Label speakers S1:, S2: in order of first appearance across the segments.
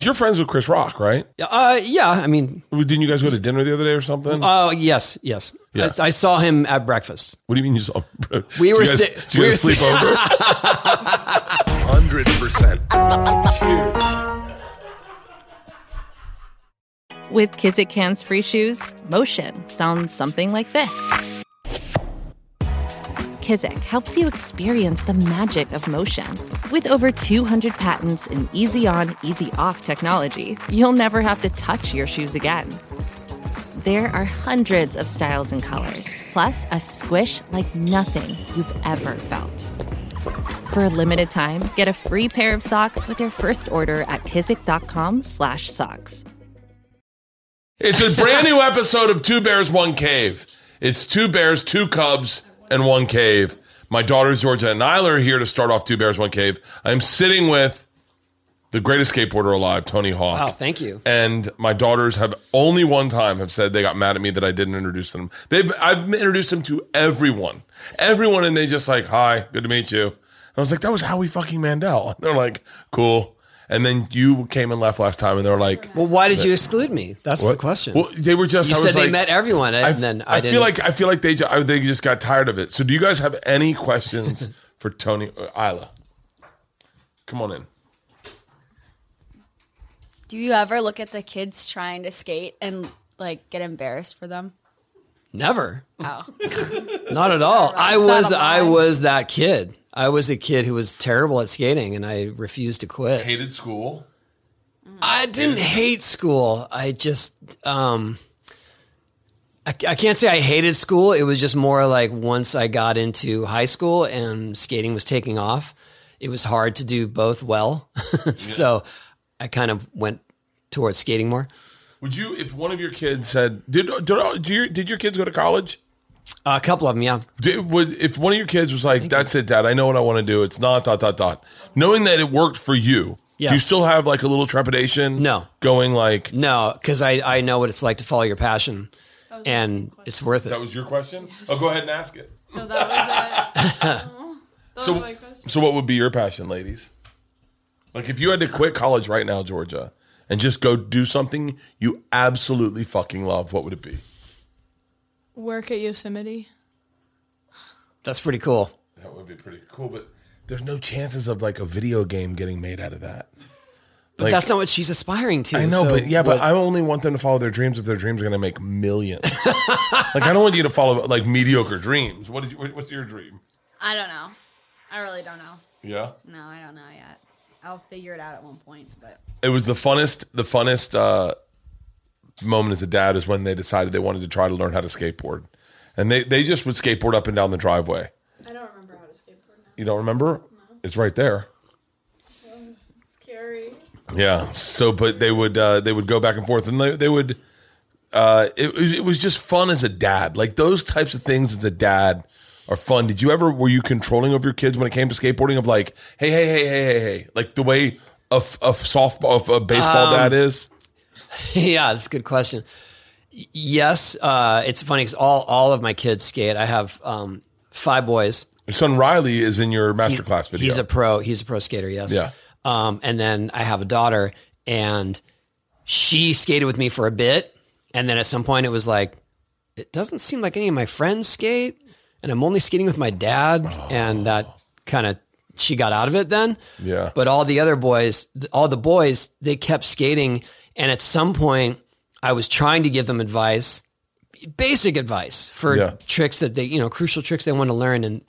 S1: You're friends with Chris Rock, right?
S2: Uh, yeah, I mean,
S1: Didn't you guys go to dinner the other day or something?
S2: uh, yes, yes.
S1: Yeah.
S2: I, I saw him at breakfast.
S1: what do you mean you saw?
S2: We were
S1: Did you guys,
S2: sti-
S1: did you
S2: we
S1: guys
S2: were
S1: sleep over?
S3: Hundred percent.
S4: With Kizik Hands Free Shoes, motion sounds something like this. Kizik helps you experience the magic of motion. With over 200 patents and easy on, easy off technology, you'll never have to touch your shoes again. There are hundreds of styles and colors, plus a squish like nothing you've ever felt. For a limited time, get a free pair of socks with your first order at kizik.com/socks. slash socks.
S1: It's a brand new episode of Two Bears, One Cave. It's two bears, two cubs, and one cave. My daughters, Georgia and Nyla, are here to start off Two Bears, One Cave. I'm sitting with the greatest skateboarder alive, Tony Hawk.
S2: Wow, Oh, thank you.
S1: And my daughters have only one time have said they got mad at me that I didn't introduce them. They've I've introduced them to everyone, everyone, and they just like, "Hi, good to meet you." And I was like, "That was Howie fucking Mandel." And they're like, "Cool." And then you came and left last time, and they're like,
S2: Well, why did you exclude me? That's the
S1: what?
S2: question.
S1: Well, they were just.
S2: you
S1: I
S2: said
S1: was
S2: they
S1: like-
S2: met everyone, and
S1: I,
S2: then I,
S1: I,
S2: didn't.
S1: feel like I feel like they ju- I- they just got tired of it. So, do you guys have any questions for Tony or Isla? Come on in.
S5: Do you ever look at the kids trying to skate and like get embarrassed for them?
S2: never.
S5: Oh,
S2: Not at all. I
S5: It's not
S2: was
S5: a lie.
S2: I was that kid. I was a kid who was terrible at skating and I refused to quit.
S1: Hated school.
S2: I didn't hate school. I just um I, I can't say I hated school. It was just more like once I got into high school and skating was taking off, it was hard to do both well. so I kind of went towards skating more.
S1: Would you, if one of your kids said, did did, all- do your, did your kids go to college?
S2: a couple of them, yeah.
S1: Did, would, if one of your kids was like, "That's it, Dad. I know what I want to do. It's not dot dot dot," knowing that it worked for you, do you
S2: Yes.
S1: still have like a little trepidation?
S2: No.
S1: going like
S2: No, because I, I know what it's like to follow your passion and it's worth it.
S1: that was your question. Oh, go ahead and ask it.
S6: So that was it.
S1: So, so what would be your passion, ladies? Like if you had to quit college right now, Georgia, and just go do something you absolutely fucking love, what would it be?
S6: work at Yosemite.
S2: That's pretty cool.
S1: That would be pretty cool, but there's no chances of like a video game getting made out of that.
S2: But that's not what she's aspiring to.
S1: I know,
S2: so
S1: but yeah, but
S2: what-
S1: I only want them to follow their dreams if their dreams are going to make millions. like I don't want you to follow like mediocre dreams. What did you, what- what's your dream?
S5: I don't know. I really don't know.
S1: Yeah.
S5: No, I don't know yet. I'll figure it out at one point, but
S1: it was the funnest the funnest uh, moment as a dad is when they decided they wanted to try to learn how to skateboard and they, they just would skateboard up and down the driveway
S6: I don't remember how to skateboard now.
S1: you don't remember it's right there
S6: Scary.
S1: yeah so but they would uh, they would go back and forth and they, they would uh, it, was- it was just fun as a dad like those types of things as a dad are fun did you ever were you controlling over your kids when it came to skateboarding of like hey hey hey hey hey hey like the way a, f- a softball a baseball
S2: Um,
S1: dad is
S2: yeah, that's a good question. Y- Yes, uh, it's funny because all all of my kids skate. I have um, five boys.
S1: Your son Riley is in your masterclass video.
S2: He's a pro. He's a pro skater. Yes.
S1: Yeah.
S2: Um, and then I have a daughter, and she skated with me for a bit, and then at some point it was like, it doesn't seem like any of my friends skate, and I'm only skating with my dad, and that kind of she got out of it then.
S1: Yeah.
S2: But all the other boys, th- all the boys, they kept skating, and at some point I was trying to give them advice, basic advice for
S1: Yeah.
S2: tricks that they, you know, crucial tricks they want to learn, and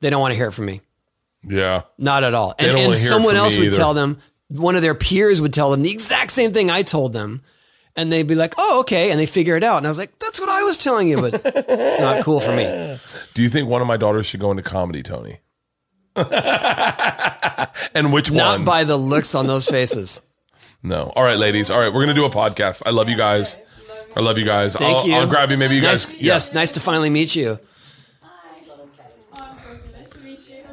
S2: they don't want to hear it from me.
S1: yeah.
S2: Not at all. And,
S1: don't
S2: and
S1: wanna hear it
S2: someone
S1: from
S2: else
S1: me
S2: would
S1: either.
S2: tell them, one of their peers would tell them the exact same thing I told them. And they'd be like, oh, okay. And they figure it out. And I was like, that's what I was telling you, but it's not cool for me.
S1: Do you think one of my daughters should go into comedy, Tony? and which
S2: Not
S1: one?
S2: by the looks on those faces.
S1: no. All right, ladies. All right, we're gonna do a podcast. I love you guys. I love you guys.
S2: Thank
S1: I'll,
S2: you.
S1: I'll grab you. Maybe you
S2: Nice-
S1: guys.
S2: yes, nice to finally meet you.
S6: Nice to meet you.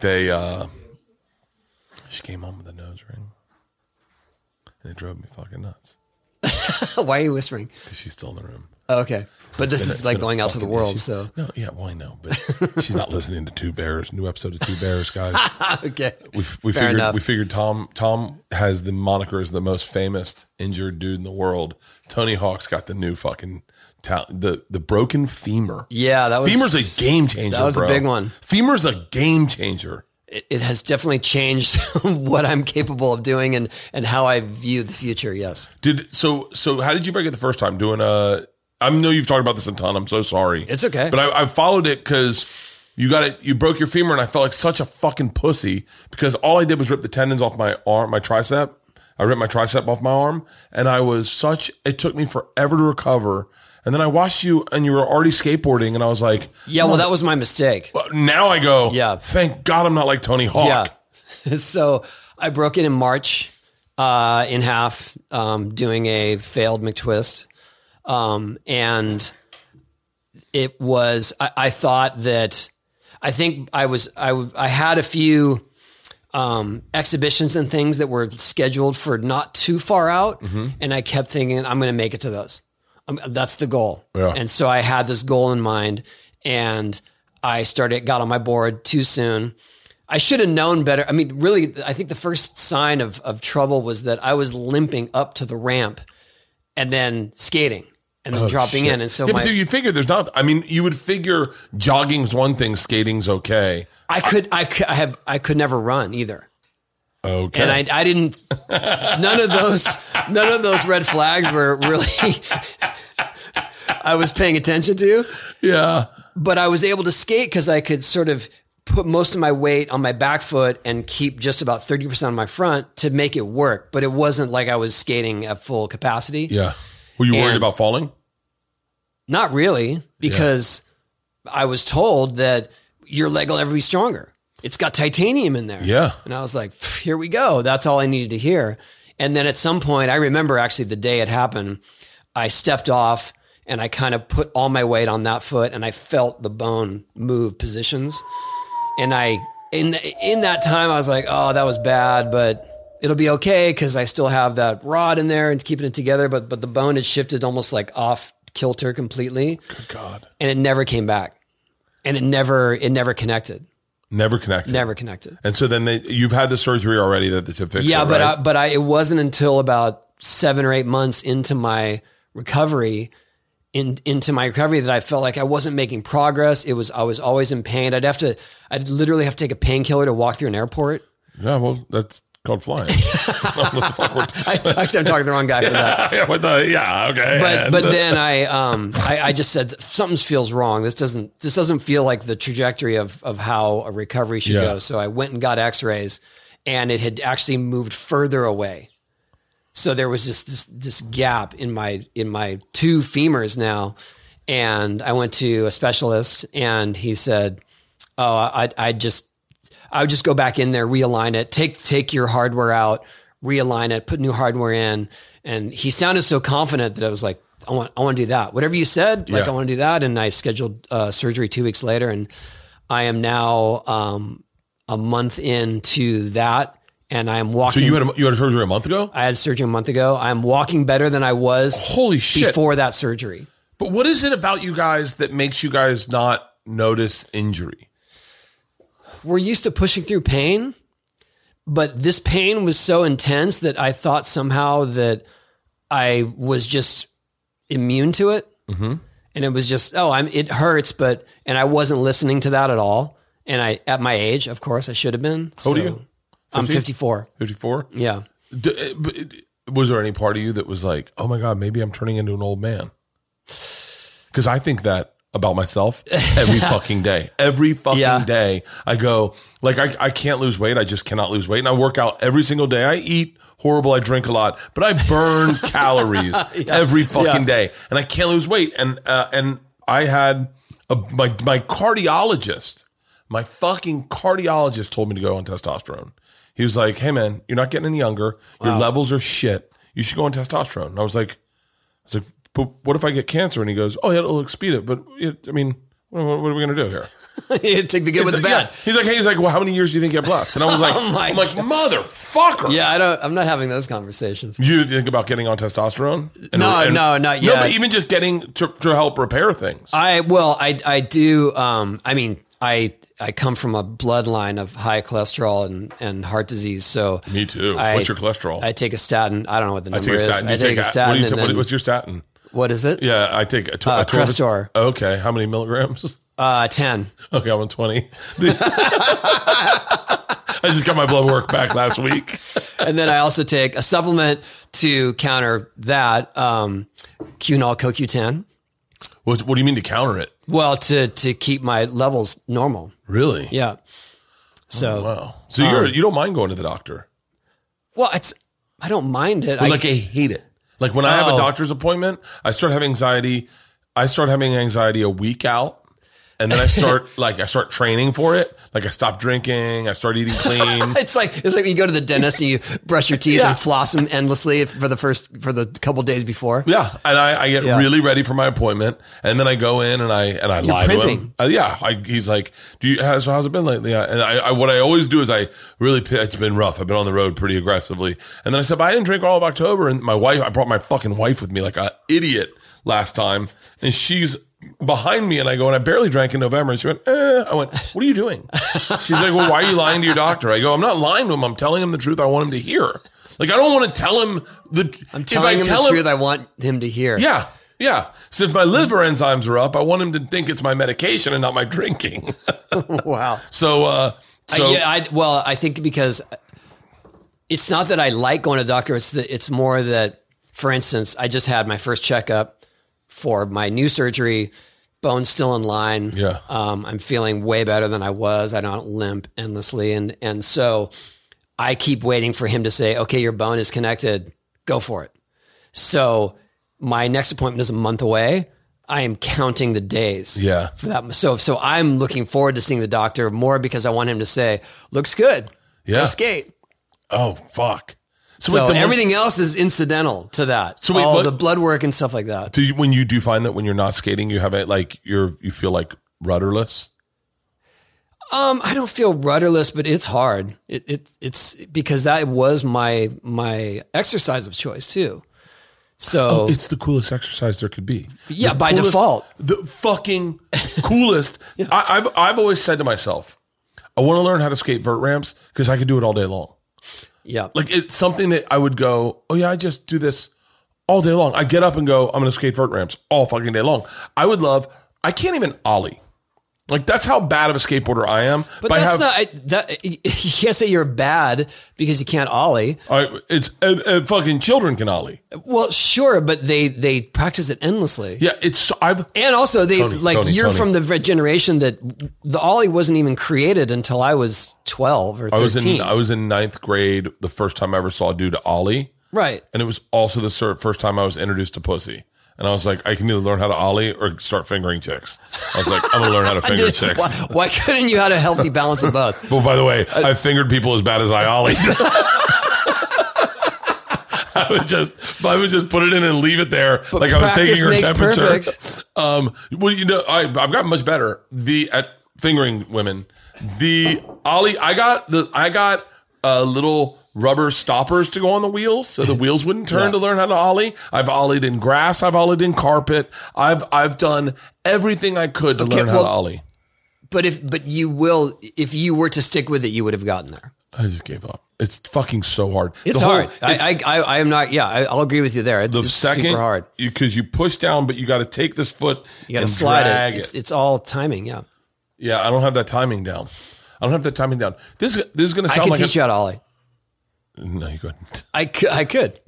S1: They. uh She came home with a nose ring, and it drove me fucking nuts.
S2: Why are you whispering?
S1: Cause she's still in the room.
S2: Okay. But Oh, this
S1: been-
S2: is
S1: it's
S2: like
S1: been a
S2: going out to the
S1: fucking
S2: world.
S1: issue.
S2: So,
S1: No, yeah, well, I know, but she's not listening to Two Bears. New episode of Two Bears, guys.
S2: okay.
S1: We, we
S2: Fair
S1: figured
S2: enough.
S1: we figured Tom Tom has the moniker as the most famous injured dude in the world. Tony Hawk's got the new fucking talent, the the broken femur.
S2: Yeah, that was
S1: Femur's a game changer.
S2: That was
S1: bro.
S2: a big one.
S1: Femur's a game changer.
S2: It, it has definitely changed what I'm capable of doing and and how I view the future. Yes.
S1: Did so so how did you break it the first time? Doing a I know you've talked about this a ton. I'm so sorry.
S2: It's okay.
S1: But I, I followed it because you got it. You broke your femur, and I felt like such a fucking pussy because all I did was rip the tendons off my arm, my tricep. I ripped my tricep off my arm, and I was such. It took me forever to recover. And then I watched you, and you were already skateboarding, and I was like,
S2: Yeah, well, that was my mistake.
S1: but now I go,
S2: Yeah.
S1: Thank God I'm not like Tony Hawk.
S2: Yeah. so I broke it in March uh, in half um, doing a failed McTwist. Um, and it was, I, I thought that, I think I was, I, w- I had a few um, exhibitions and things that were scheduled for not too far out.
S1: Mm-hmm.
S2: And I kept thinking, I'm going to make it to those. Um, that's the goal.
S1: Yeah.
S2: And so I had this goal in mind and I started, got on my board too soon. I should have known better. I mean, really, I think the first sign of, of trouble was that I was limping up to the ramp and then skating and then dropping in. And so
S1: Oh, yeah,
S2: my,
S1: but dude, you figure there's not. I mean, you would figure jogging's one thing, skating's okay.
S2: I could, I could, I have, I could never run either.
S1: Okay.
S2: And I, I didn't, none of those, none of those red flags were really, I was paying attention to.
S1: yeah.
S2: but I was able to skate because I could sort of put most of my weight on my back foot and keep just about 30% on my front to make it work. But it wasn't like I was skating at full capacity.
S1: Yeah. Were you worried
S2: And-
S1: about falling?
S2: Not really, because I was told that your leg will never be stronger. It's got titanium in there.
S1: Yeah.
S2: And I was like, "Pff, here we go. That's all I needed to hear. And then at some point, I remember actually the day it happened, I stepped off and I kind of put all my weight on that foot and I felt the bone move positions. And I, in, in that time, I was like, oh, that was bad, but it'll be okay because I still have that rod in there and keeping it together. But, but the bone had shifted almost like off kilter completely
S1: God.
S2: and it never came back and it never it never connected
S1: Never connected.
S2: never connected
S1: And so then they, you've had the surgery already that to fix
S2: yeah
S1: it,
S2: but uh,
S1: right?
S2: I, but I it wasn't until about 7 or 8 months into my recovery in into my recovery that I felt like I wasn't making progress it was I was always in pain I'd have to I'd literally have to take a painkiller to walk through an airport
S1: yeah, well, that's called flying. What the fuck we're t-
S2: I, actually I'm talking to the wrong guy for that
S1: yeah, what the, yeah, okay.
S2: but
S1: and-
S2: but then I um I, I just said something feels wrong. This doesn't this doesn't feel like the trajectory of of how a recovery should
S1: Yeah.
S2: go. So I went and got X rays, and it had actually moved further away. So there was just this this gap in my in my two femurs now, and I went to a specialist, and he said, "Oh, I I just I would just go back in there, realign it, take take your hardware out, realign it, put new hardware in. And he sounded so confident that I was like, I want I want to do that. Whatever you said, like
S1: Yeah.
S2: I want to do that. And I scheduled uh, surgery two weeks later, and I am now um, a month into that, and I am
S1: so
S2: walking.
S1: you had a, you had a surgery a month ago?
S2: I had surgery a month ago. I'm walking better than I was
S1: Holy Oh, shit.
S2: before that surgery.
S1: But what is it about you guys that makes you guys not notice injury?
S2: we're used to pushing through pain, but this pain was so intense that I thought somehow that I was just immune to it.
S1: Mm-hmm.
S2: And it was just, oh, I'm, it hurts, but, and I wasn't listening to that at all. And I, at my age, of course, I should have been.
S1: How old are
S2: So,
S1: you?
S2: I'm
S1: 50?
S2: 54.
S1: 54?
S2: Yeah.
S1: D- eh, but it- was there any part of you that was like, oh my God, maybe I'm turning into an old man? Because I think that about myself every fucking day. Every fucking
S2: Yeah.
S1: day, I go, like, I, I can't lose weight. I just cannot lose weight. And I work out every single day. I eat horrible. I drink a lot, but I burn calories every fucking day. And I can't lose weight. And, uh, and I had a, my, my cardiologist, my fucking cardiologist told me to go on testosterone. He was like, "Hey man, you're not getting any younger. Your levels are shit. You should go on testosterone." And I was like, "I was like, but what if I get cancer?" And he goes, "Oh yeah, it'll expedite, but it, I mean, What, what are we going to do here?
S2: You Take the good with the
S1: He's like,
S2: bad.
S1: yeah. He's like, hey, he's like, well, how many years do you think you have left? And I was like,
S2: Oh my
S1: I'm like, motherfucker.
S2: Yeah, I don't. I'm not having those conversations.
S1: You think about getting on testosterone? And-
S2: No,
S1: and-
S2: no, not
S1: No,
S2: yet.
S1: but even just getting to, to help repair things.
S2: I well, I I do. Um, I mean, I I come from a bloodline of high cholesterol and and heart disease. So
S1: Me too.
S2: I-
S1: What's your cholesterol?
S2: I take a statin. I don't know what the
S1: I
S2: number is.
S1: You
S2: I take a
S1: what do
S2: statin.
S1: you ta-
S2: and
S1: what-
S2: then-
S1: what's your statin?
S2: what is it?
S1: Yeah, I take a, tw- a
S2: Uh,
S1: 12
S2: Crestor.
S1: Okay, how many milligrams?
S2: Uh, ten.
S1: Okay, I'm on 20. I just got my blood work back last week.
S2: and then I also take a supplement to counter that um, Qnol CoQ10.
S1: What, what do you mean to counter it?
S2: Well, to to keep my levels normal.
S1: Really?
S2: Yeah. So
S1: Oh, Wow. So you're
S2: Um,
S1: you don't mind going to the doctor?
S2: well, it's I don't mind it. I,
S1: like I hate it. Like when I have
S2: Oh.
S1: a doctor's appointment, I start having anxiety. I start having anxiety a week out. And then I start like I start training for it. Like I stop drinking, I start eating clean.
S2: it's like it's like you go to the dentist and you brush your teeth
S1: Yeah.
S2: and floss them endlessly for the first for the couple days before.
S1: Yeah, and I, I get
S2: Yeah.
S1: really ready for my appointment, and then I go in and I and I lie to
S2: primping.
S1: him. Uh, yeah, I, he's like, "Do you? How, so how's it been lately?" I, and I, I, what I always do is I really, p- it's been rough. I've been on the road pretty aggressively, and then I said, "But I didn't drink all of October." And my wife, I brought my fucking wife with me, like an idiot last time, and she's behind me, and I go, and I barely drank in November, and she went, eh. I went, "What are you doing?" She's like, "Well, why are you lying to your doctor?" I go, "I'm not lying to him. I'm telling him the truth. I want him to hear." Like I don't want to tell him the.
S2: I'm
S1: if
S2: telling
S1: I
S2: him
S1: tell
S2: the truth. I want him to hear.
S1: yeah. Yeah. So if my liver enzymes are up, I want him to think it's my medication and not my drinking.
S2: Wow.
S1: So, uh, so
S2: I, yeah, I, well, I think because it's not that I like going to the doctor. It's that it's more that, for instance, I just had my first checkup for my new surgery. Bone's still in line.
S1: Yeah.
S2: um, I'm feeling way better than I was. I don't limp endlessly, and and so I keep waiting for him to say, "Okay, your bone is connected. Go for it." So my next appointment is a month away. I am counting the days
S1: Yeah.
S2: for that. So so I'm looking forward to seeing the doctor more because I want him to say, "Looks good,
S1: yeah.
S2: go skate."
S1: Oh, fuck. So,
S2: So
S1: wait, the one-
S2: everything else is incidental to that.
S1: So
S2: So
S1: wait,
S2: all
S1: what-
S2: the blood work and stuff like that.
S1: do you, when you do find that when you're not skating, you have it like you're, you feel like rudderless.
S2: Um, I don't feel rudderless, but it's hard. It, it it's because that was my my exercise of choice too. So
S1: Oh, It's the coolest exercise there could be.
S2: Oh. Yeah,
S1: The
S2: by default.
S1: The fucking coolest. I, I've, I've always said to myself, I want to learn how to skate vert ramps because I could do it all day long.
S2: yeah,
S1: Like it's something that I would go, oh yeah, I just do this all day long. I get up and go, I'm gonna skate vert ramps all fucking day long. I would love. I can't even ollie. Like that's how bad of a skateboarder I am.
S2: but
S1: I
S2: that's
S1: have-
S2: not I, that. You can't say you're bad because you can't ollie.
S1: I- it's and, and fucking children can ollie.
S2: Well, sure, but they they practice it endlessly.
S1: Yeah, it's I've
S2: And also, they
S1: Tony,
S2: like
S1: Tony,
S2: you're
S1: Tony.
S2: from the v- generation that the ollie wasn't even created until I was twelve or
S1: I was
S2: thirteen.
S1: in I was in ninth grade the first time I ever saw a dude ollie,
S2: right.
S1: and it was also the ser- first time I was introduced to pussy. And I was like, I can either learn how to ollie or start fingering chicks. I was like, I'm gonna learn how to finger
S2: Did-
S1: chicks.
S2: why, why couldn't you have a healthy balance of both?
S1: Well, by the way, I fingered people as bad as I ollie. I would just, I would just put it in and leave it there, like I was
S2: practice
S1: taking her
S2: makes
S1: temperature.
S2: perfect.
S1: Um, well, you know, I, I've gotten much better the at fingering women. The ollie, I got the, I got uh, little rubber stoppers to go on the wheels so the wheels wouldn't turn to learn how to ollie. I've ollied in grass. I've ollied in carpet. I've, I've done everything I could to
S2: Okay,
S1: learn how
S2: well-
S1: to ollie.
S2: But if but you will if you were to stick with it, you would have gotten there.
S1: I just gave up. It's fucking so hard.
S2: It's
S1: The whole-
S2: hard. I, I I I am not. Yeah, I, I'll agree with you there. It's,
S1: the
S2: it's
S1: second
S2: super hard.
S1: because you, push down, but you got to take this foot.
S2: You got to
S1: and
S2: slide
S1: drag
S2: it. It's, it's all timing. Yeah,
S1: yeah, I don't have that timing down. I don't have that timing down. This this is going to
S2: I
S1: sound
S2: could
S1: like
S2: teach
S1: a,
S2: you how to ollie.
S1: No, you couldn't.
S2: I could. I could.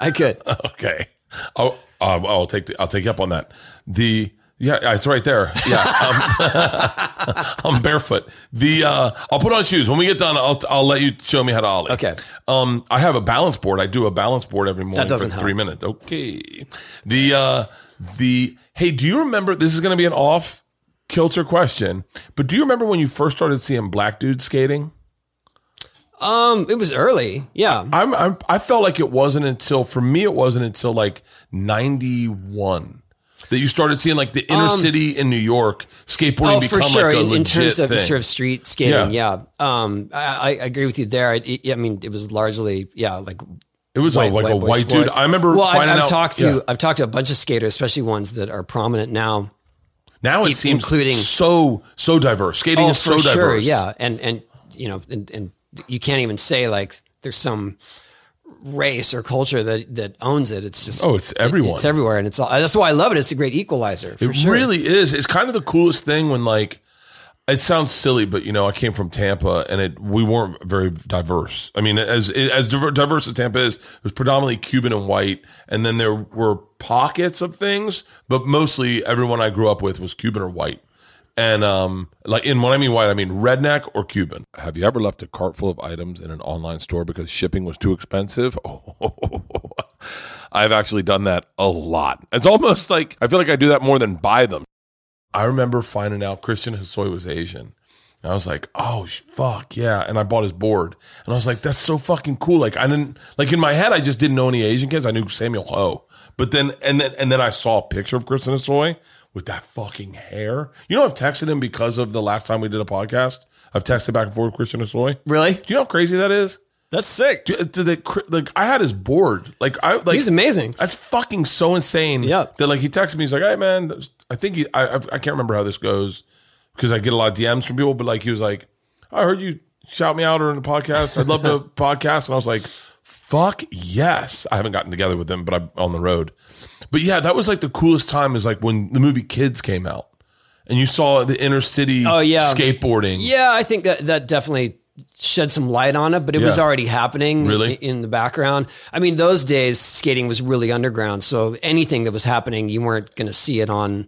S2: I could.
S1: Okay, I'll, I'll, I'll take the, I'll take you up on that. The yeah, it's right there. Yeah, um, I'm, I'm barefoot. The uh, I'll put on shoes when we get done. I'll I'll let you show me how to ollie.
S2: Okay.
S1: Um, I have a balance board. I do a balance board every morning
S2: doesn't
S1: for
S2: help.
S1: three minutes. Okay. The uh, the hey, do you remember? This is going to be an off kilter question, but do you remember when you first started seeing black dudes skating?
S2: Um, it was early. Yeah.
S1: I'm, I'm I felt like it wasn't until for me it wasn't until like 91 that you started seeing like the inner city in New York skateboarding
S2: Um, oh,
S1: become
S2: for sure.
S1: like a
S2: in, in
S1: legit
S2: terms of in
S1: thing.
S2: terms of street skating, yeah. Um, I, I agree with you there. I, I- I mean, it was largely, yeah, like
S1: it was a-
S2: white,
S1: Oh, like
S2: white
S1: a
S2: boy
S1: white
S2: sport.
S1: dude. I remember
S2: Well, I've,
S1: finding
S2: I've
S1: out.
S2: talked to
S1: yeah.
S2: I've talked to a bunch of skaters, especially ones that are prominent now.
S1: now
S2: in-
S1: it seems
S2: including-
S1: so so diverse. Skating
S2: oh,
S1: is so
S2: for sure,
S1: diverse.
S2: yeah, and and you know, and, and you can't even say like there's some race or culture that that owns it. It's just
S1: Oh, it's everyone.
S2: it's everywhere, and it's all, that's why I love it. It's a great equalizer for
S1: It
S2: sure.
S1: really is. It's kind of the coolest thing when like it sounds silly, but you know, I came from Tampa and it we weren't very diverse. I mean, as as diver- diverse as Tampa is, it was predominantly Cuban and white, and then there were pockets of things, but mostly everyone I grew up with was Cuban or white. And um, like, in when I mean white, I mean redneck or Cuban. Have you ever left a cart full of items in an online store because shipping was too expensive? Oh, I've actually done that a lot. It's almost like I feel like I do that more than buy them. I remember finding out Christian Hosoi was Asian. And I was like, oh, sh- fuck, yeah. And I bought his board. And I was like, that's so fucking cool. Like, I didn't, like, in my head, I just didn't know any Asian kids. I knew Samuel Ho. But then, and then, and then I saw a picture of Kristen Hosoi with that fucking hair. You know, I've texted him because of the last time we did a podcast. I've texted back and forth with Christian Hosoi.
S2: Really?
S1: Do you know how crazy that is?
S2: That's sick.
S1: Dude, to the, cr- like, I had his board. Like, I, like,
S2: He's amazing.
S1: that's fucking so insane.
S2: Yeah.
S1: That like he texted me. He's like, "Hey man, I think he, I I I can't remember how this goes because I get a lot of DMs from people, but like he was like, I heard you shout me out or in the podcast. I'd love to podcast, and I was like, fuck yes. I haven't gotten together with them, but I'm on the road. But yeah, that was like the coolest time is like when the movie Kids came out, and you saw the inner city.
S2: Oh, yeah.
S1: skateboarding.
S2: Yeah, I think that that definitely shed some light on it, but it was
S1: Yeah.
S2: already happening
S1: Really?
S2: i- in the background. I mean, those days skating was really underground, so anything that was happening, you weren't going to see it on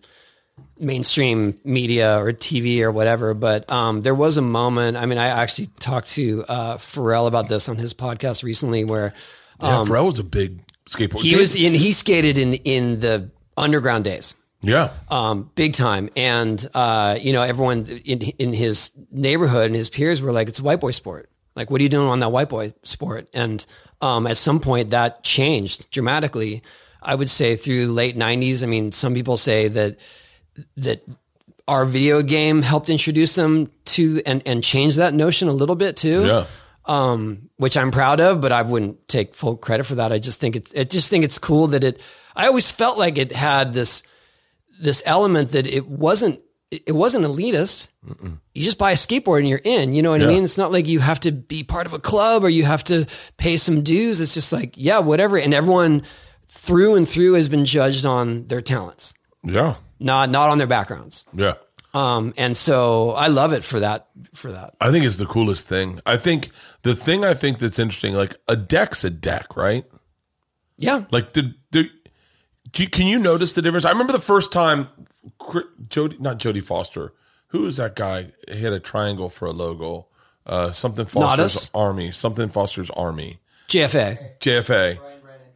S2: mainstream media or TV or whatever. But um, there was a moment. I mean, I actually talked to uh, Pharrell about this on his podcast recently, where
S1: yeah Pharrell was a big skateboarder.
S2: Um, he was in he skated in in the underground days
S1: yeah.
S2: um, big time. And uh, you know, everyone in in his neighborhood and his peers were like, "It's a white boy sport. Like, what are you doing on that white boy sport?" And um, at some point, that changed dramatically. I would say through late '90s. I mean, some people say that that our video game helped introduce them to and and change that notion a little bit too
S1: yeah.
S2: um, which I'm proud of, but I wouldn't take full credit for that. I just think it's, I just think it's cool that it. I always felt like it had this, this element that it wasn't, it wasn't elitist. You just buy a skateboard and you're in. You know what I
S1: Yeah.
S2: mean? It's not like you have to be part of a club or you have to pay some dues. It's just like yeah, whatever. And everyone through and through has been judged on their talents,
S1: Yeah.
S2: not not on their backgrounds.
S1: Yeah.
S2: Um, and so I love it for that. For that,
S1: I think it's the coolest thing. I think the thing I think that's interesting, like a deck's a deck, right?
S2: yeah.
S1: Like the, the do you- can you notice the difference? I remember the first time Cri- Jody, not Jody Foster, who was that guy? He had a triangle for a logo, uh, something Foster's
S2: Nodis?
S1: Army, something Foster's Army,
S2: JFA,
S1: JFA.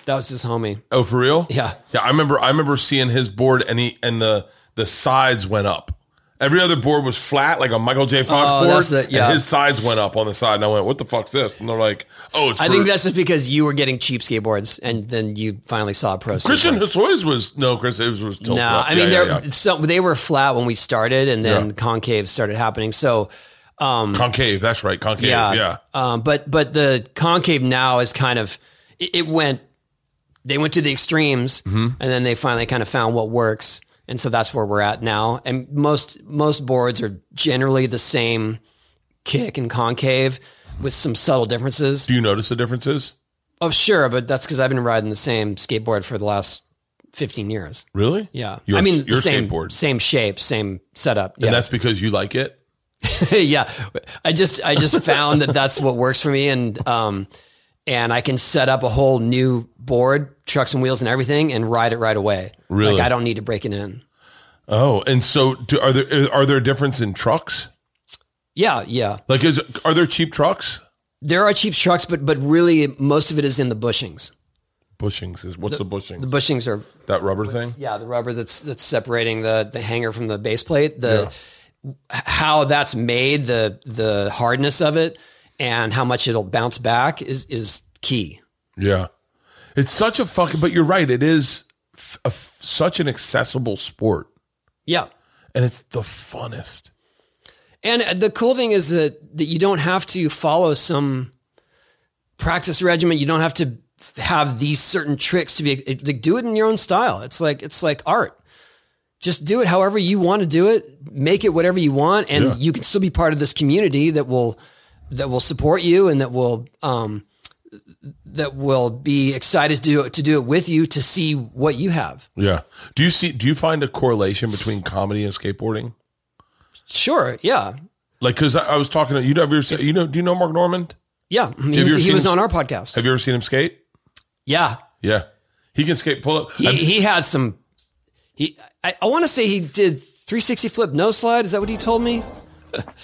S2: that was his homie.
S1: Oh, for real?
S2: Yeah.
S1: yeah. I remember. I remember seeing his board, and he and the the sides went up. Every other board was flat, like a Michael J. Fox
S2: Oh,
S1: board.
S2: that's it,
S1: and
S2: yeah.
S1: his sides went up on the side, and I went, "What the fuck's this?" And they're like, "Oh, it's."
S2: I
S1: for-
S2: think that's just because you were getting cheap skateboards, and then you finally saw a pro. skateboard.
S1: Christian Hessoy's was no Chris. It was, was
S2: No,
S1: tilt up.
S2: I mean
S1: yeah,
S2: they're
S1: yeah, yeah.
S2: So they were flat when we started, and then
S1: Yeah.
S2: concave started happening. So
S1: concave. That's right, concave.
S2: yeah,
S1: Yeah,
S2: Um, but but the concave now is kind of it, it went. They went to the extremes,
S1: Mm-hmm.
S2: and then they finally kind of found what works, and so that's where we're at now. And most most boards are generally the same kick and concave with some subtle differences.
S1: Do you notice the differences?
S2: Oh, sure, but that's because I've been riding the same skateboard for the last 15 years.
S1: Really?
S2: Yeah.
S1: Your,
S2: I mean,
S1: your
S2: the same,
S1: skateboard,
S2: same shape, same setup.
S1: and
S2: Yeah.
S1: that's because you like it.
S2: yeah. I just, I just found that that's what works for me. And, um, and I can set up a whole new board, trucks and wheels and everything and ride it right away.
S1: Really?
S2: Like I don't need to break it in.
S1: Oh, and so do, are there are there a difference in trucks?
S2: Yeah. Yeah.
S1: Like, is are there cheap trucks?
S2: There are cheap trucks, but, but really most of it is in the bushings.
S1: Bushings is what's the, bushings?
S2: The bushings are
S1: that rubber thing.
S2: Yeah, the rubber that's that's separating the the hanger from the base plate. The h- how that's made, the the hardness of it, and how much it'll bounce back is is key.
S1: Yeah. It's such a fucking, but you're right. It is f- a f- such an accessible sport,
S2: Yeah.
S1: and it's the funnest.
S2: And uh, the cool thing is that, that you don't have to follow some practice regimen. You don't have to f- have these certain tricks to be it, like, do it in your own style. It's like it's like art. Just do it however you want to do it. Make it whatever you want, and
S1: Yeah.
S2: you can still be part of this community that will that will support you and that will um, that will be excited to to do it with you to see what you have.
S1: Yeah. Do you see? Do you find a correlation between comedy and skateboarding?
S2: Sure, yeah,
S1: Like, because I, I was talking to you. Know, have you ever seen- you know? Do you know Mark Normand?
S2: yeah. He
S1: you
S2: was,
S1: ever
S2: he
S1: seen
S2: was
S1: him-
S2: on our podcast.
S1: Have you ever seen him skate?
S2: Yeah,
S1: Yeah, he can skate. Pull up.
S2: he,
S1: I've-
S2: he had some. He, I, I want to say he did 360 flip no slide. Is that what he told me? Look at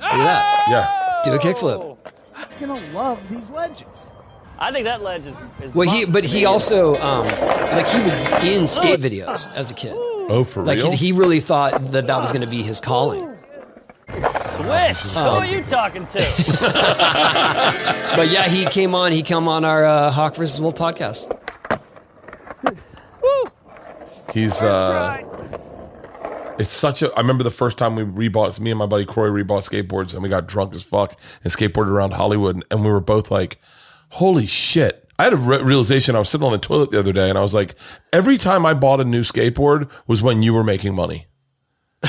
S2: that.
S1: yeah,
S2: Do a kickflip.
S3: gonna love these ledges.
S7: I think that ledge is. is
S2: Well, he but he also um like he was in skate videos as a kid.
S1: oh for
S2: Like
S1: real.
S2: he, he really thought that that was going to be his calling.
S7: switch. Who
S2: Oh.
S7: are you talking to?
S2: But yeah, he came on. He came on our uh, Hawk versus Wolf podcast.
S1: He's uh, it's such a. I remember the first time we rebought. Me and my buddy Corey rebought skateboards, and we got drunk as fuck and skateboarded around Hollywood, and, and we were both like, "Holy shit!" I had a re- realization. I was sitting on the toilet the other day, and I was like, "Every time I bought a new skateboard was when you were making money."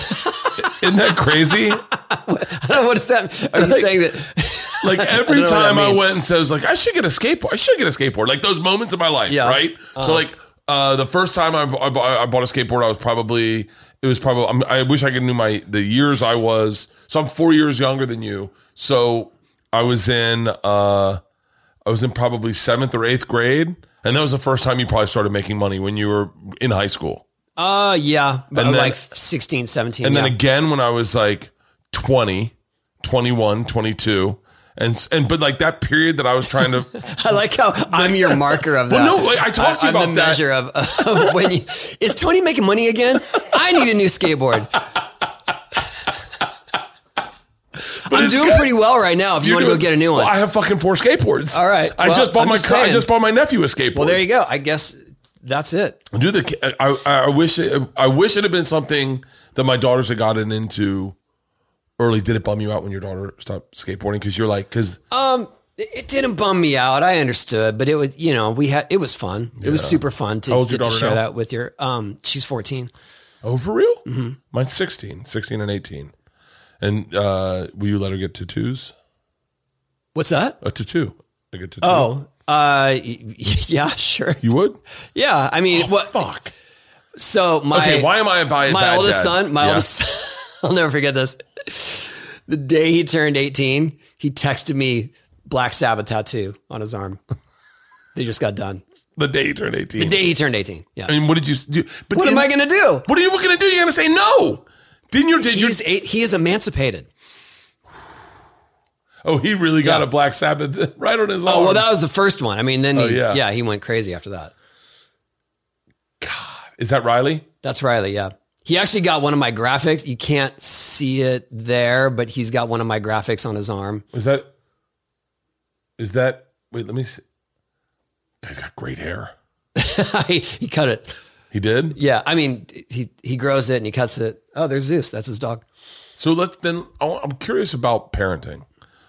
S1: Isn't that crazy?
S2: I don't know what is that. Are you
S1: Like-
S2: saying that?
S1: Like
S2: I
S1: every
S2: don't know what
S1: time
S2: that
S1: I
S2: means.
S1: went and said, I was like, I should get a skateboard. I should get a skateboard. Like those moments in my life,
S2: Yeah. Uh-huh.
S1: right? So like uh, the first time I, I, bu- I bought a skateboard, I was probably it was probably I'm, I wish I could knew my the years I was. So I'm four years younger than you. So I was in uh, I was in probably seventh or eighth grade, and that was the first time you probably started making money when you were in high school.
S2: Uh yeah, but
S1: And then-
S2: like 16, 17.
S1: And
S2: yeah.
S1: then again when I was like 20, 21, 22. And, and but like that period that I was trying to
S2: I like how I'm your marker of that.
S1: Well, no, like, I talked to you
S2: I'm
S1: about
S2: the
S1: that.
S2: measure of, of when you, is Tony making money again? I need a new skateboard. I'm
S1: it's
S2: doing
S1: good.
S2: pretty well right now. If you want to go
S1: doing-
S2: get a new
S1: Well,
S2: one,
S1: I have fucking four skateboards.
S2: All right.
S1: I
S2: Well,
S1: just bought
S2: I'm
S1: my
S2: just
S1: co- I
S2: saying.
S1: just bought my nephew a skateboard.
S2: well, there you go. I guess that's it.
S1: go. Do the I, I wish it, I wish it had been something that my daughters had gotten into early. Did it bum you out when your daughter stopped skateboarding? Because you're like, because
S2: Oh. It it didn't bum me out. I understood, but it was you know we had it was fun. It was super fun to
S1: How old's
S2: get
S1: your
S2: to
S1: daughter
S2: share
S1: now?
S2: that with your. Um, she's 14.
S1: oh for real,
S2: Mm-hmm.
S1: mine's 16, 16 and eighteen. And uh, will you let her get tattoos?
S2: What's that?
S1: A tattoo? Like a tattoo?
S2: Oh, uh, y- yeah, sure.
S1: you would?
S2: Yeah, I mean, what?
S1: Fuck.
S2: So my
S1: Okay, why am I a bad
S2: my
S1: bad
S2: oldest
S1: dad?
S2: son, my
S1: Yeah.
S2: oldest son, I'll never forget this. The day he turned 18, he texted me Black Sabbath tattoo on his arm. they just got done.
S1: The day you turned eighteen.
S2: The day he turned 18. Yeah.
S1: I mean, what did you s- do? But
S2: what am
S1: then-
S2: I going to do?
S1: What are you going to do? You're going to say no. Didn't your did your
S2: He's eight, he is emancipated.
S1: Oh, he really got
S2: Yeah.
S1: a Black Sabbath right on his arm.
S2: Oh, well, that was the first one. I mean, then
S1: Oh,
S2: he,
S1: yeah.
S2: yeah. he went crazy after that.
S1: is that Riley?
S2: That's Riley. Yeah. He actually got one of my graphics. You can't see it there, but he's got one of my graphics on his arm.
S1: Is that? Is that? Wait, let me see. Guy's got great hair.
S2: he, he cut it.
S1: He did.
S2: Yeah, I mean, he he grows it and he cuts it. Oh, there's Zeus. That's his dog.
S1: So let's then. I wa- I'm curious about parenting.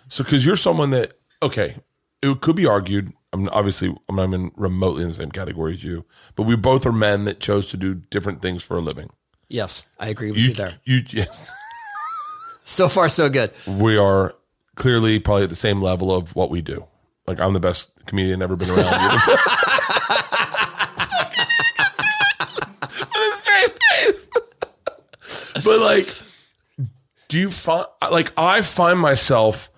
S1: So because you're someone that okay, it could be argued. I'm obviously I'm not even remotely in the same category as you, but we both are men that chose to do different things for a living.
S2: Yes, I agree with you,
S1: You,
S2: there.
S1: you,
S2: So far, so good.
S1: we are clearly probably at the same level of what we do. Like I'm the best comedian ever been around. you. but like do you find like i find myself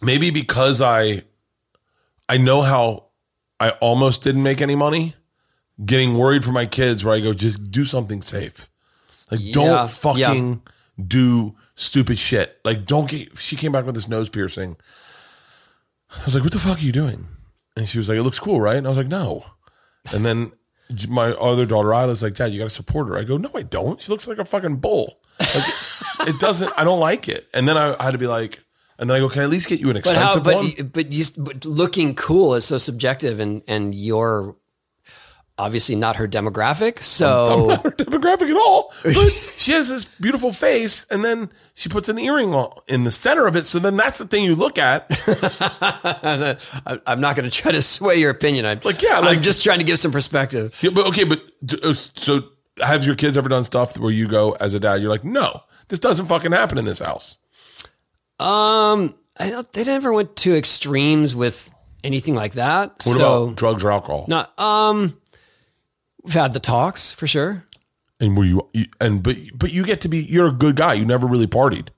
S1: maybe because i i know how i almost didn't make any money getting worried for my kids where i go just do something safe like
S2: Yeah,
S1: don't fucking do stupid shit like don't get she came back with this nose piercing i was like what the fuck are you doing and she was like it looks cool right and i was like no and then my other daughter, Isla's like, Dad, you got to support her. I go, No, I don't. She looks like a fucking bull. Like, it doesn't, I don't like it. And then I, I had to be like, And then I go, Can I at least get you an
S2: But
S1: expensive
S2: how?
S1: one?
S2: But but, you, but looking cool is so subjective, and and your obviously not her demographic. So
S1: Not her demographic at all. But she has this beautiful face, and then she puts an earring on in the center of it. So then that's the thing you look at.
S2: I- I'm not going to try to sway your opinion. I'm
S1: Like, yeah,
S2: I'm
S1: like-
S2: just trying to give some perspective.
S1: Yeah, but okay, but d- uh, so have your kids ever done stuff where you go as a dad? You're like, no, this doesn't fucking happen in this house.
S2: Um, I don't. They never went to extremes with anything like that.
S1: What
S2: so
S1: about drugs or alcohol?
S2: not. Um, we've had the talks for sure.
S1: And were you, you and but but you get to be you're a good guy. You never really partied.